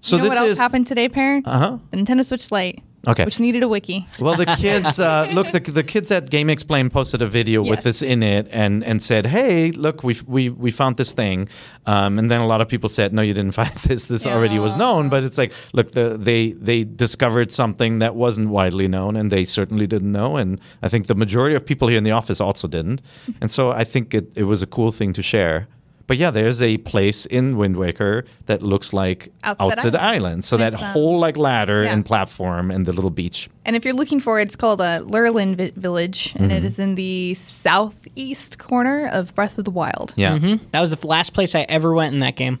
B: So
A: you know
B: this
A: what else
B: is
A: happened today, Parent? Uh
B: Uh-huh.
A: The Nintendo Switch Lite.
B: Okay.
A: Which needed a wiki.
B: well, the kids uh, look. The, the kids at Game Explain posted a video
A: Yes.
B: with this in it, and and said, "Hey, look, we we we found this thing." Um, and then a lot of people said, "No, you didn't find this. This already was known." But it's like, look, the, they they discovered something that wasn't widely known, and they certainly didn't know. And I think the majority of people here in the office also didn't. And so I think it, it was a cool thing to share. But yeah, there's a place in Wind Waker that looks like
A: Outset
B: Outset, Island. So that
A: It's, um,
B: whole like ladder
A: yeah.
B: and platform and the little beach.
A: And if you're looking for it, it's called uh, Lurlin Vi- Village, and it
B: Mm-hmm.
A: is in the southeast corner of Breath of the Wild.
B: Yeah.
C: Hmm? That was the f- last place I ever went in that game.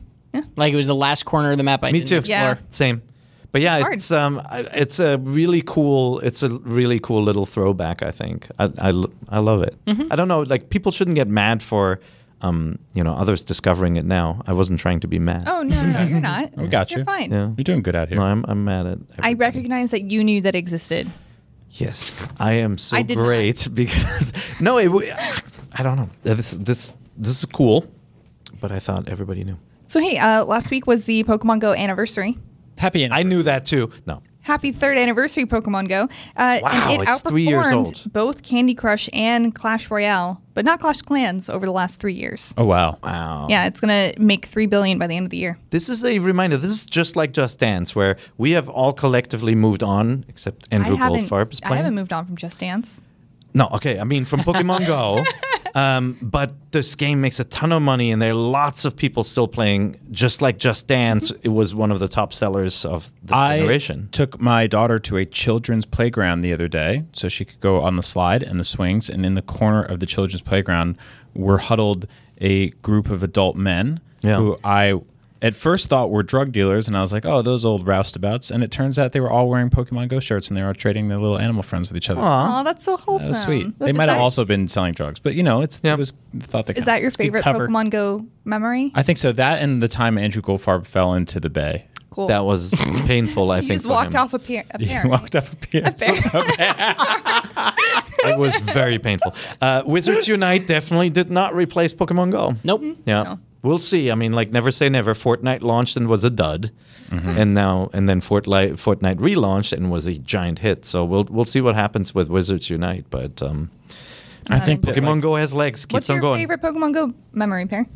C: Like it was the last corner of the map I
B: Me
C: didn't
B: too.
C: explore.
A: Yeah.
B: Same. But yeah,
A: hard.
B: it's um, I- it's a really cool, it's a really cool little throwback. I think I, I, lo- I love it.
A: Mm-hmm.
B: I don't know, like people shouldn't get mad for, um, you know, others discovering it now. I wasn't trying to be mad.
A: Oh no, no, no, you're not.
D: We got you.
A: You're fine.
B: Yeah.
D: You're doing good out here.
B: No, I'm, I'm mad at.
A: I
B: everybody.
A: recognize that you knew that existed.
B: Yes, I am so
A: I did not.
B: great because no, it, w- I don't know. Uh, This this this is cool, but I thought everybody knew.
A: So hey, uh, last week was the Pokemon Go anniversary.
D: Happy and
B: I knew that too. No,
A: Happy third anniversary, Pokemon Go! Uh,
B: Wow,
A: and it
B: it's
A: outperformed
B: three years old.
A: both Candy Crush and Clash Royale, but not Clash Clans over the last three years.
D: Oh wow.
B: wow.
A: Yeah, it's gonna make three billion by the end of the year.
B: This is a reminder. This is just like Just Dance, where we have all collectively moved on, except Andrew
A: I haven't.
B: Goldfarb is
A: I
B: playing.
A: haven't moved on from Just Dance.
B: No, okay. I mean, from Pokemon Go. Um, but this game makes a ton of money, and there are lots of people still playing. Just like Just Dance, it was one of the top sellers of the generation.
D: I took my daughter to a children's playground the other day so she could go on the slide and the swings. And in the corner of the children's playground were huddled a group of adult men
B: Yeah.
D: who I at first thought were drug dealers. And I was like, oh, those old roustabouts. And it turns out they were all wearing Pokemon Go shirts and they were trading their little animal friends with each other.
A: Oh, that's so wholesome.
D: That was sweet. they might have
A: exciting.
D: also been selling drugs, but you know, it's
B: Yeah.
D: it was the thought that
A: Is
D: counts.
A: that your
D: It's a good
A: favorite
D: cover.
A: Pokemon Go memory?
D: I think so. That and the time Andrew Goldfarb fell into the bay.
A: Cool.
B: that was painful, I
A: you
B: think.
A: just
B: for
A: walked
B: him.
A: off a pair. A
D: He
A: pair.
D: walked up a pier.
B: It was very painful. Uh, Wizards Unite definitely did not replace Pokemon Go.
C: Nope.
B: Yeah.
A: No.
B: We'll see. I mean, like never say never. Fortnite launched and was a dud, and now and then Fortnite Fortnite relaunched and was a giant hit. So we'll we'll see what happens with Wizards Unite. But um,
D: I think that,
B: Pokemon
D: like,
B: Go has legs. Keeps
A: What's
B: on
A: your
B: going.
A: favorite Pokemon Go memory pair?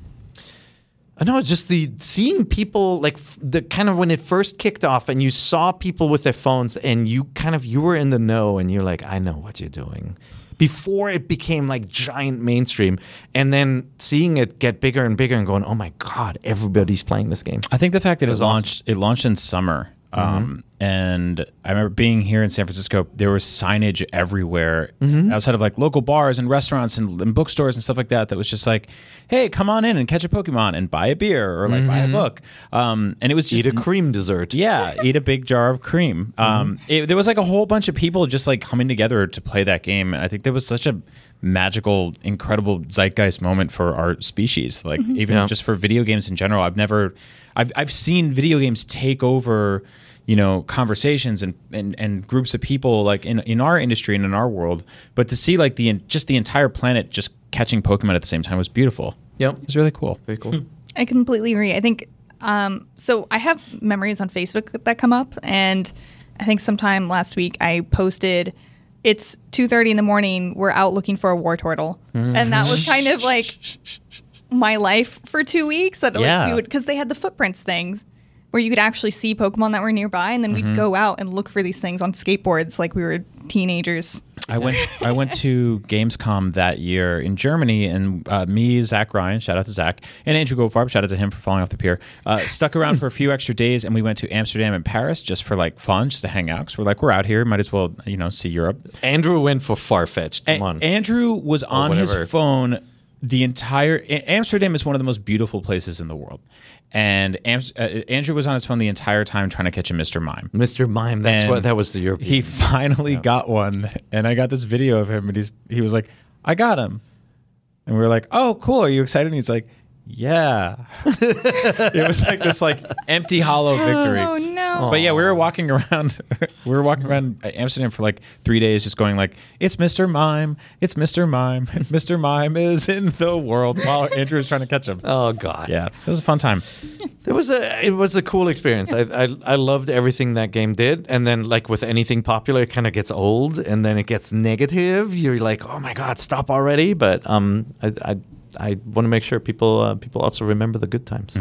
B: I know, just the seeing people like f- the kind of when it first kicked off, and you saw people with their phones, and you kind of you were in the know, and you're like, I know what you're doing. Before it became like giant mainstream, and then seeing it get bigger and bigger, and going, oh my god, everybody's playing this game.
D: I think the fact that it launched it launched in summer.
B: Mm-hmm.
D: Um, and I remember being here in San Francisco. There was signage everywhere
B: Mm-hmm.
D: outside of like local bars and restaurants and, and bookstores and stuff like that. That was just like, "Hey, come on in and catch a Pokemon and buy a beer or like buy a book." Um, and it was just
B: Mm-hmm. Eat a cream dessert.
D: yeah, eat a big jar of cream. Um,
B: Mm-hmm.
D: it, there was like a whole bunch of people just like coming together to play that game. And I think there was such a magical, incredible zeitgeist moment for our species. Like even
B: Mm-hmm. Yeah.
D: just for video games in general, I've never, I've I've seen video games take over, you know, conversations and and, and groups of people like in in our industry and in our world. But to see like the en- just the entire planet just catching Pokemon at the same time was beautiful.
B: Yep.
D: It was really cool.
B: Very cool.
A: I completely agree. I think um, so. I have memories on Facebook that come up, and I think sometime last week I posted, "It's two thirty in the morning. We're out looking for a war turtle," and that was kind of like my life for two weeks. That like,
D: Yeah.
A: we would because they had the footprints things where you could actually see Pokemon that were nearby, and then we'd go out and look for these things on skateboards like we were teenagers.
D: I went I went to Gamescom that year in Germany, and uh, me, Zach Ryan, shout out to Zach, and Andrew Goldfarb, shout out to him for falling off the pier, uh, stuck around for a few extra days, and we went to Amsterdam and Paris just for like fun, just to hang out. Because we're like, we're out here, might as well, you know, see Europe.
B: Andrew went for far fetched. Come
D: A-
B: on.
D: Andrew was on
B: whatever.
D: his phone the entire A- Amsterdam is one of the most beautiful places in the world. And Ams- uh, Andrew was on his phone the entire time trying to catch a Mr. Mime.
B: Mr. Mime. That's
D: And
B: what that was the European.
D: He finally got one, and I got this video of him, and he's he was like, I got him. And we were like, oh, cool. Are you excited? And he's like, yeah. it was like this like empty hollow victory.
A: Oh no.
D: But yeah, we were walking around. we were walking around Amsterdam for like three days, just going like, "It's Mr. Mime, it's Mr. Mime, Mr. Mime is in the world." While Andrew was trying to catch him.
B: Oh God.
D: Yeah, it was a fun time.
B: It was a it was a cool experience. I, I I loved everything that game did, and then like with anything popular, it kind of gets old, and then it gets negative. You're like, oh my god, stop already! But um, I I, I want to make sure people uh, people also remember the good times.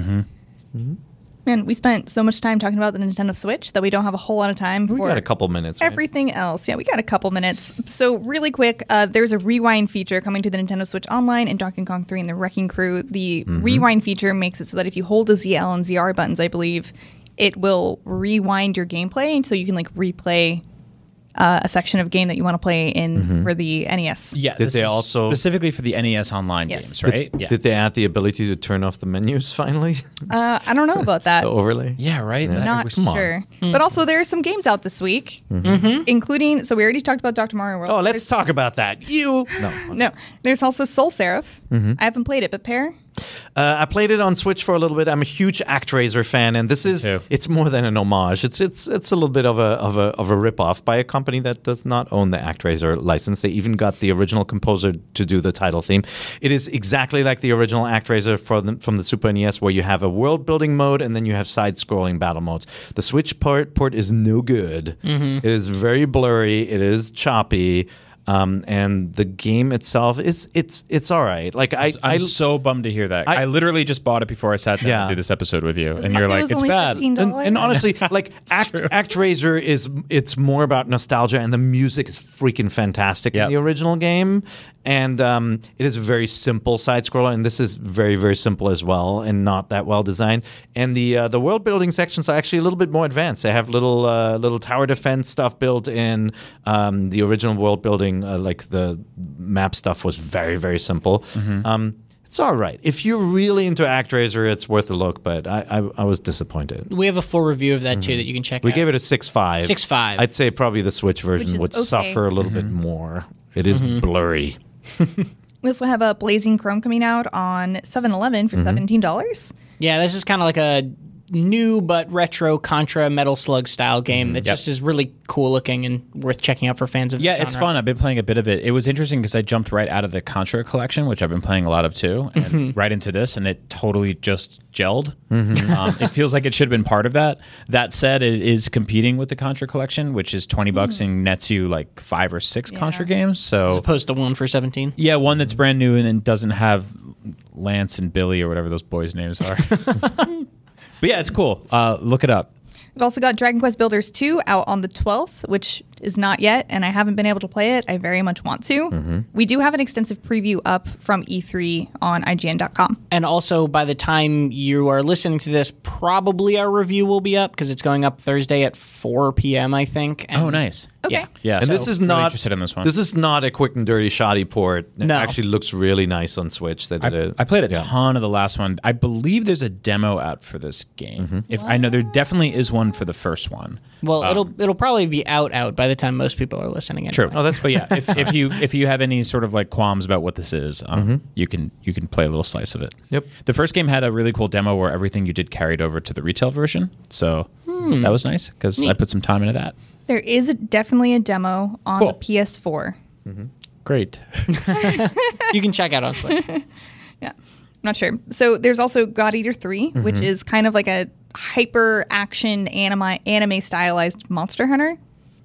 A: Man, we spent so much time talking about the Nintendo Switch that we don't have a whole lot of time
B: We
A: for
B: got a couple minutes. right?
A: everything else. Yeah, we got a couple minutes. So really quick, uh, there's a rewind feature coming to the Nintendo Switch Online and Donkey Kong 3 and the Wrecking Crew. The rewind feature makes it so that if you hold the ZL and ZR buttons, I believe, it will rewind your gameplay, and so you can like replay uh, a section of game that you want to play in for the E NES.
D: Yeah,
B: Did
D: this
B: they
D: is
B: also-
D: specifically for the NES online
A: Yes.
D: games, right? yeah,
B: Did they add the ability to turn off the menus finally?
A: Uh, I don't know about that.
B: the overlay.
D: yeah, right. That-
A: Not
D: come on.
A: sure. But also, there are some games out this week, including. So we already talked about Dr. Mario World.
B: Oh, let's talk about that. You. No.
A: No, there's also Soul Seraph. I haven't played it, but Pear.
B: Uh, I played it on Switch for a little bit. I'm a huge ActRaiser fan, and this is
D: too.
B: it's more than an homage. It's it's it's a little bit of a of a of a ripoff by a company that does not own the ActRaiser license. They even got the original composer to do the title theme. It is exactly like the original ActRaiser from the, from the Super NES, where you have a world building mode and then you have side scrolling battle modes. The Switch port port is no good.
D: Mm-hmm.
B: It is very blurry. It is choppy. Um, and the game itself is it's it's all right. Like I,
D: I'm
B: I
D: so bummed to hear that. I, literally just bought it before I sat down
B: Yeah.
D: to do this episode with you, and you're like,
A: was
D: "It's
A: only
D: bad."
A: $15.
B: And, and honestly, like Act, ActRaiser is it's more about nostalgia, and the music is freaking fantastic
D: Yep.
B: in the original game. And um, it is a very simple side scroller, and this is very very simple as well, and not that well designed. And the uh, the world building sections are actually a little bit more advanced. They have little uh, little tower defense stuff built in. Um, the original world building, uh, like the map stuff, was very very simple. Um, it's all right. If you're really into ActRaiser, it's worth a look. But I, I, I was disappointed.
C: We have a full review of that too that you can check
B: Mm-hmm. We
C: out.
B: gave it a six five.
C: 6.5.
B: I'd say probably the Switch
A: Which is
B: version would
A: okay.
B: suffer a little bit
D: Mm-hmm.
B: more. It is blurry.
A: We also have a Blazing Chrome coming out on 7 Eleven for $17.
C: yeah, this is kind of like a new but retro Contra Metal Slug style game
D: Mm-hmm.
C: that just is really cool looking and worth checking out for fans of. the
D: Yeah, it's
C: genre.
D: fun. I've been playing a bit of it. It was interesting because I jumped right out of the Contra collection, which I've been playing a lot of too, and right into this, and it totally just gelled.
B: Mm-hmm.
D: Um, it feels like it should have been part of that. That said, it is competing with the Contra collection, which is twenty bucks and nets you like five or six Contra games. So
C: Opposed to one for seventeen.
D: yeah, one that's brand new and then doesn't have Lance and Billy or whatever those boys' names are. but yeah, it's cool. Uh, look it up.
A: We've also got Dragon Quest Builders 2 out on the 12th, which is not yet, and I haven't been able to play it. I very much want to. We do have an extensive preview up from E3 on IGN.com.
C: And also, by the time you are listening to this, probably our review will be up because it's going up Thursday at 4 p.m., I think. And
D: Oh, nice.
A: Okay.
C: Yeah.
D: Yeah,
B: And this
D: so
B: is
D: really
B: not
D: interested in this one.
B: is not a quick and dirty shoddy port. It
C: No.
B: actually looks really nice on Switch. They did it. uh,
D: I played a
B: yeah.
D: ton of the last one. I believe there's a demo out for this game.
B: Mm-hmm.
D: If I know there definitely is one for the first one.
C: Well,
D: Um,
C: it'll it'll probably be out out by the time most people are listening. Anyway.
D: Oh, that's but yeah. If, if you if you have any sort of like qualms about what this is, um, you can you can play a little slice of it.
B: Mm-hmm. Yep.
D: The first game had a really cool demo where everything you did carried over to the retail version, so
B: Hmm.
D: that was nice because I put some time into that.
A: There is a, definitely a demo on
D: Cool.
A: the PS4.
D: Great.
C: you can check out on Twitch.
A: Yeah. I'm not sure. So there's also God Eater 3, which is kind of like a hyper action anime anime stylized monster hunter.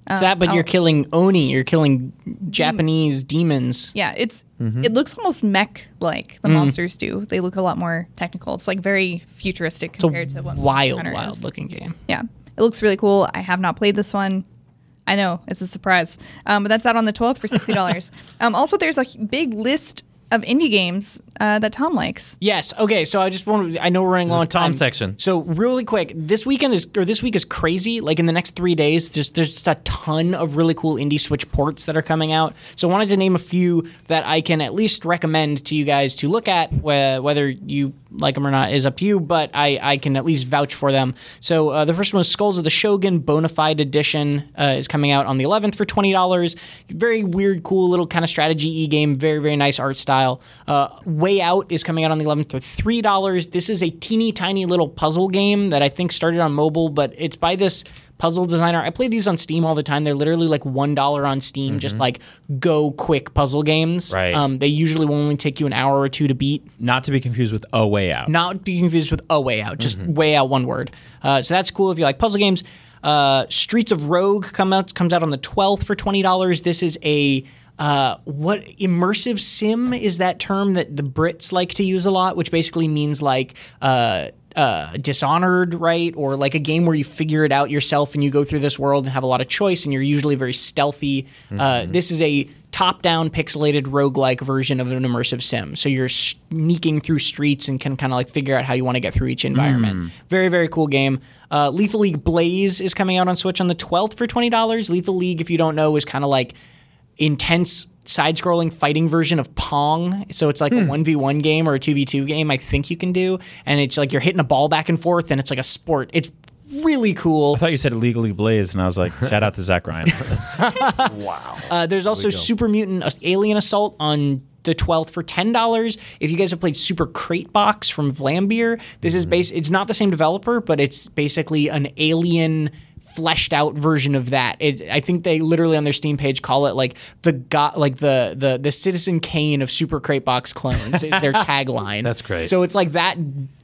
C: It's that,
A: Oh.
C: but you're killing oni. You're killing Japanese demons.
A: Mm. Yeah, it's
B: Mm-hmm.
A: it looks almost mech like the monsters do. They look a lot more technical. It's like very futuristic compared to what Monster
C: Wild,
A: Hunter
C: wild
A: is.
C: looking game.
A: Yeah, it looks really cool. I have not played this one. I know it's a surprise, um, but that's out on the 12th for sixty dollars. um, also, there's a h- big list of indie games uh, that Tom likes.
C: Yes. Okay. So I just want to. I know we're running long
B: the Tom
C: time.
B: section.
C: So really quick, this weekend is or this week is crazy. Like in the next three days, just there's just a ton of really cool indie Switch ports that are coming out. So I wanted to name a few that I can at least recommend to you guys to look at, wh- whether you like them or not is up to you, but I, I can at least vouch for them. So uh, the first one was Skulls of the Shogun Bonafide Edition uh, is coming out on the 11th for twenty dollars. Very weird, cool little kind of strategy e game. Very very nice art style. Uh, Way Out is coming out on the 11th for three dollars. This is a teeny tiny little puzzle game that I think started on mobile, but it's by this puzzle designer. I play these on Steam all the time. They're literally like one dollar on Steam, just like go quick puzzle games.
D: Right.
C: Um, they usually will only take you an hour or two to beat.
D: Not to be confused with A Way Out.
C: Not be confused with a way out, just way out one word. Uh, so that's cool if you like puzzle games. Uh, Streets of Rogue come out comes out on the twelfth for twenty dollars. This is a uh, what immersive sim is that term that the Brits like to use a lot, which basically means like uh, uh, Dishonored, right? Or like a game where you figure it out yourself and you go through this world and have a lot of choice and you're usually very stealthy. Uh, this is a top down pixelated roguelike version of an immersive sim. So you're sneaking through streets and can kind of like figure out how you want to get through each environment. Very, very cool game. Uh, Lethal League Blaze is coming out on Switch on the 12th for $20. Lethal League, if you don't know, is kind of like intense side-scrolling fighting version of Pong. So it's like a one v one game or a two v two game. I think you can do, and it's like you're hitting a ball back and forth, and it's like a sport. It's really cool.
D: I thought you said Legally Blaze, and I was like, shout out to Zach Ryan.
C: Uh, there's also Super Mutant As- Alien Assault on the 12th for $10. If you guys have played Super Crate Box from Vlambeer, this
B: Mm-hmm.
C: is base it's not the same developer, but it's basically an alien fleshed out version of that. It, I think they literally on their Steam page call it like the go- like the the the Citizen Kane of Super Crate Box clones is their tagline.
B: That's great.
C: So so it's like that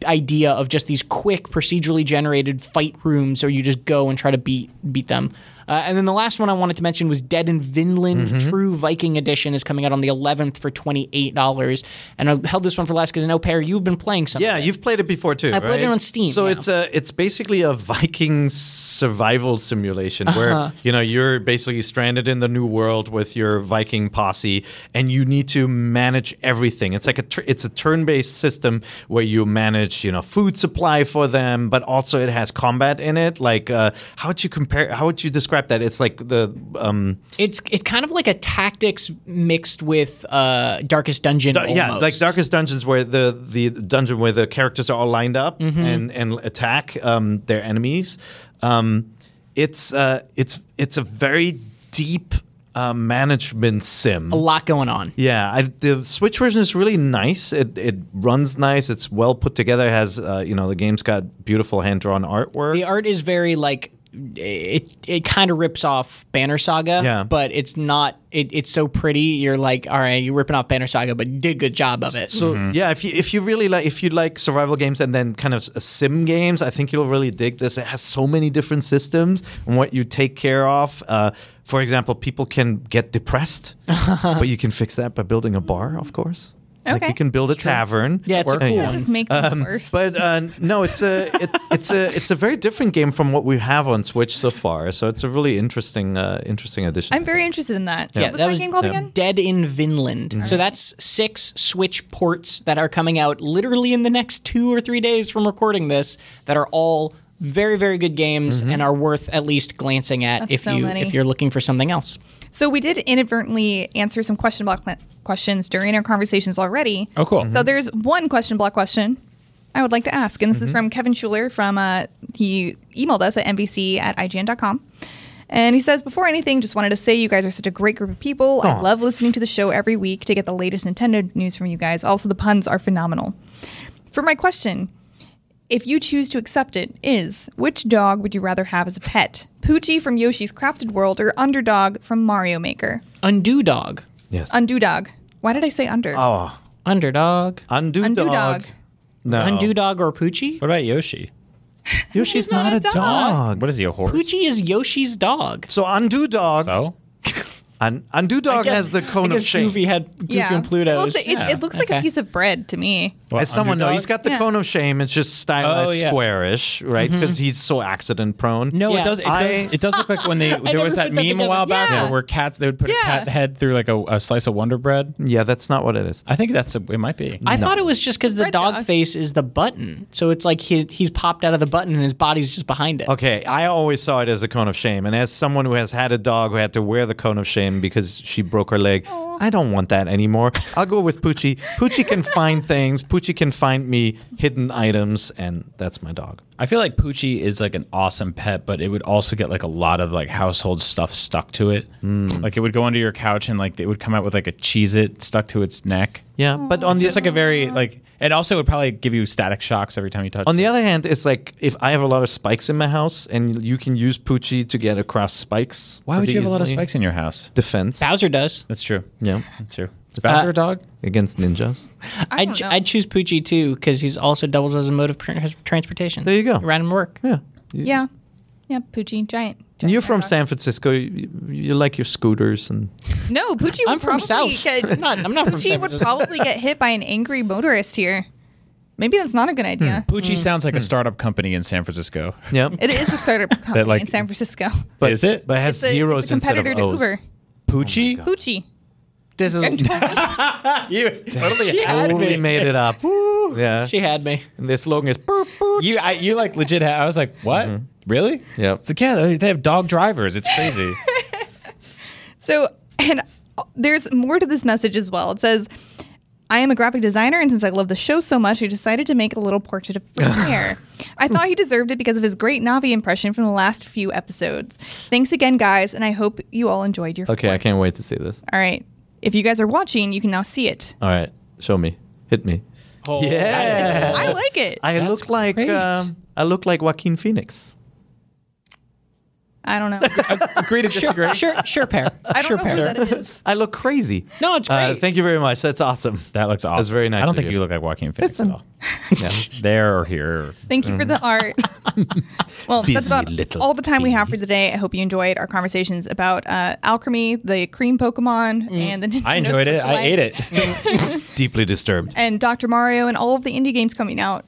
C: idea of just these quick procedurally generated fight rooms where you just go and try to beat beat them. Uh, and then the last one I wanted to mention was Dead in Vinland
B: Mm-hmm.
C: True Viking Edition is coming out on the 11th for $28. And I held this one for last because I know, Pear, you've been playing some. of
B: Yeah,
C: it.
B: you've played it before too. I
C: played it on Steam,
B: So
C: yeah.
B: it's a it's basically a Viking survival simulation
C: Uh-huh.
B: where you know you're basically stranded in the new world with your Viking posse, and you need to manage everything. It's like a tr- it's a turn based system where you manage you know food supply for them, but also it has combat in it. Like uh, how would you compare? How would you describe that? It's like the um,
C: It's it's kind of like a tactics mixed with uh, Darkest Dungeon.
B: Du- yeah, like
C: almost.
B: Darkest Dungeons, where the the dungeon where the characters are all lined up
C: Mm-hmm.
B: and and attack um, their enemies. Um, it's uh, it's it's a very deep uh, management sim.
C: A lot going on.
B: Yeah, I, the Switch version is really nice. It it runs nice. It's well put together. It has uh, you know the game's got beautiful hand drawn artwork.
C: The art is very like it. It kind of rips off Banner Saga,
B: Yeah.
C: but it's not. It, it's so pretty. You're like, all right, you're ripping off Banner Saga, but you did a good job of it.
B: So yeah, if you if you really like if you like survival games and then kind of s- sim games, I think you'll really dig this. It has so many different systems and what you take care of. Uh, for example, people can get depressed, but you can fix that by building a bar, of course. Like
A: Okay.
B: you can build a tavern.
C: Yeah, it's a
B: Uh,
C: cool
A: I'll just make this worse.
B: But uh, no, it's a it, it's a it's a very different game from what we have on Switch so far. So it's a really interesting uh, interesting addition.
A: I'm very interested in that. what was
C: that
A: that,
C: was-
A: game called
B: yeah.
A: again? Mm-hmm.
C: Dead in Vinland. So that's six Switch ports that are coming out literally in the next two or three days from recording this that are all very very good games and are worth at least glancing at if
A: so
C: you
A: many.
C: if you're looking for something else.
A: So we did inadvertently answer some question block cl- questions during our conversations already.
D: Oh, cool.
A: So there's one question block question I would like to ask, and this
D: Mm-hmm.
A: is from Kevin Schuler from uh, he emailed us at nbc at ign.com. And he says, before anything, just wanted to say you guys are such a great group of people. I love listening to the show every week to get the latest Nintendo news from you guys. Also, the puns are phenomenal. For my question, if you choose to accept it, is which dog would you rather have as a pet? Poochie from Yoshi's Crafted World or Underdog from Mario Maker?
C: Undo Dog.
B: yes.
A: Undo dog. Why did I say under?
B: oh,
C: Underdog.
B: undo,
A: Undo
B: dog.
A: dog.
B: No,
C: Undo Dog or Poochie?
D: what about Yoshi?
B: Yoshi's
A: not
B: not,
A: a
B: a
A: dog.
B: dog.
D: What is he, a horse?
C: Poochie is Yoshi's dog.
B: So undo dog.
D: So?
B: Un- undo dog has the cone
C: I
B: of
C: guess
B: shame.
C: Goofy had Goofy
A: yeah.
C: and Pluto's.
A: Well, it's- it, it looks like
C: Okay.
A: a piece of bread to me.
D: Well,
B: As someone knows,
D: underdog?
B: he's got the
A: Yeah.
B: cone of shame. It's just stylized
D: Oh, yeah.
B: squarish, right?
C: Mm-hmm.
B: Because he's so accident prone.
D: No,
C: Yeah.
D: it does. It,
B: I-
D: does. it does look like when they there
C: never
D: was that
C: put that
D: meme a
C: together.
D: while back
A: Yeah.
D: where cats they would put a
A: Yeah.
D: cat head through like a, a slice of Wonder Bread.
B: Yeah, that's not what it is.
D: I think that's a, it. Might be.
C: I thought it was just because the
A: Red
C: dog,
A: dog.
C: face is the button, so it's like he, he's popped out of the button and his body's just behind it.
B: Okay, I always saw it as a cone of shame, and as someone who has had a dog who had to wear the cone of shame, time because she broke her leg. I don't want that anymore. I'll go with Poochie. Poochie can find things. Poochie can find me hidden items, and that's my dog.
D: I feel like Poochie is like an awesome pet, but it would also get like a lot of like household stuff stuck to it. Like it would go under your couch and like it would come out with like a cheese it stuck to its neck.
B: Yeah, but on
D: It's
B: the
D: just like a very like it also would probably give you static shocks every time you touch
B: on the
D: it.
B: other hand, it's like if I have a lot of spikes in my house, and you can use Poochie to get across spikes.
D: Why would
B: pretty
D: you have a lot of
B: easily.
D: spikes in your house?
B: Defense.
C: Bowser does.
D: That's true.
B: Yeah,
D: That's true. Is
B: Uh,
D: Bowser a dog?
B: against ninjas.
A: don't
C: I'd,
A: know.
C: I'd choose Poochie too because he's also doubles as a mode of trans- transportation.
B: There you go.
C: Around him to work.
B: Yeah.
A: Yeah. Yeah, Poochie, giant.
B: And
A: giant
B: you're from
A: dog.
B: San Francisco. You, you like your scooters and
A: No, Poochie.
C: I'm
A: would
C: from
A: probably
C: South.
A: get-
C: I'm not- I'm not from
A: Poochie
C: San
A: would
C: Francisco.
A: probably get hit by an angry motorist here. Maybe that's not a good idea.
D: Poochie
B: Hmm.
D: sounds like a startup company in San Francisco.
B: yeah.
A: It is a startup company
D: like-
A: in San Francisco.
B: But,
D: Is it?
B: But it has
A: It's a,
B: zeros
A: it's a
B: instead of Oh
A: competitor to Uber.
B: O's.
D: Poochie?
A: Poochie.
C: This is.
D: you totally
C: She had
B: Totally
C: me.
B: made it up. yeah.
C: She had me.
B: And their slogan is "Boop, boop."
D: You, I, you like legit. Ha- I was like, what? Really?
B: Mm-hmm. Yep.
D: It's like, yeah, they they have dog drivers. It's crazy.
A: So, and there's more to this message as well. It says, I am a graphic designer, and since I love the show so much, I decided to make a little portrait of Flair. I thought he deserved it because of his great Navi impression from the last few episodes. Thanks again, guys, and I hope you all enjoyed your.
B: Okay, I can't wait to see this.
A: All right. If you guys are watching, you can now see it.
B: All right, show me, hit me.
C: Oh,
B: Yeah.
A: I
C: Uh,
A: like it. I,
B: I look like
C: great.
B: um, I look like Joaquin Phoenix.
A: don't know.
D: Agree to disagree.
C: Sure, sure, sure, pair.
A: I
C: sure,
A: don't know
C: pair.
A: who that is.
B: I look crazy.
C: No, it's
B: Uh,
C: great.
B: thank you very much. That's awesome.
D: That looks awesome.
B: That's very nice
D: I don't
B: of
D: think
B: you.
D: you. look like Joaquin Phoenix at all.
B: Yeah.
D: There or here.
A: Thank you for
D: Mm.
A: the art. well, that's
B: Busy
A: about
B: little
A: all the time we have for today. I hope you enjoyed our conversations about uh, alchemy, the cream Pokemon, and the Nintendo
D: Mm. I enjoyed it. I
A: Switch
D: ate
A: Lite,
D: it.
B: Just deeply disturbed.
A: and Dr. Mario, and all of the indie games coming out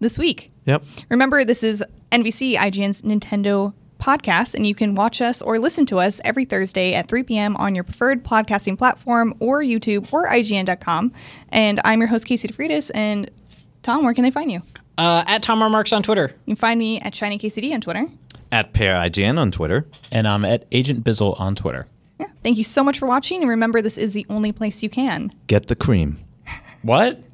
A: this week.
B: Yep.
A: Remember, this is NBC, IGN's Nintendo podcast, and you can watch us or listen to us every Thursday at 3 p.m. on your preferred podcasting platform or YouTube or IGN.com. And I'm your host, Casey DeFritis. And Tom, where can they find you?
C: Uh, at Tom R. Marks on Twitter.
A: You can find me at ShinyKCD on Twitter.
B: At pair IGN on Twitter.
D: And I'm at Agent Bizzle on Twitter.
A: Yeah. Thank you so much for watching. And remember, this is the only place you can.
B: Get the cream.
D: What?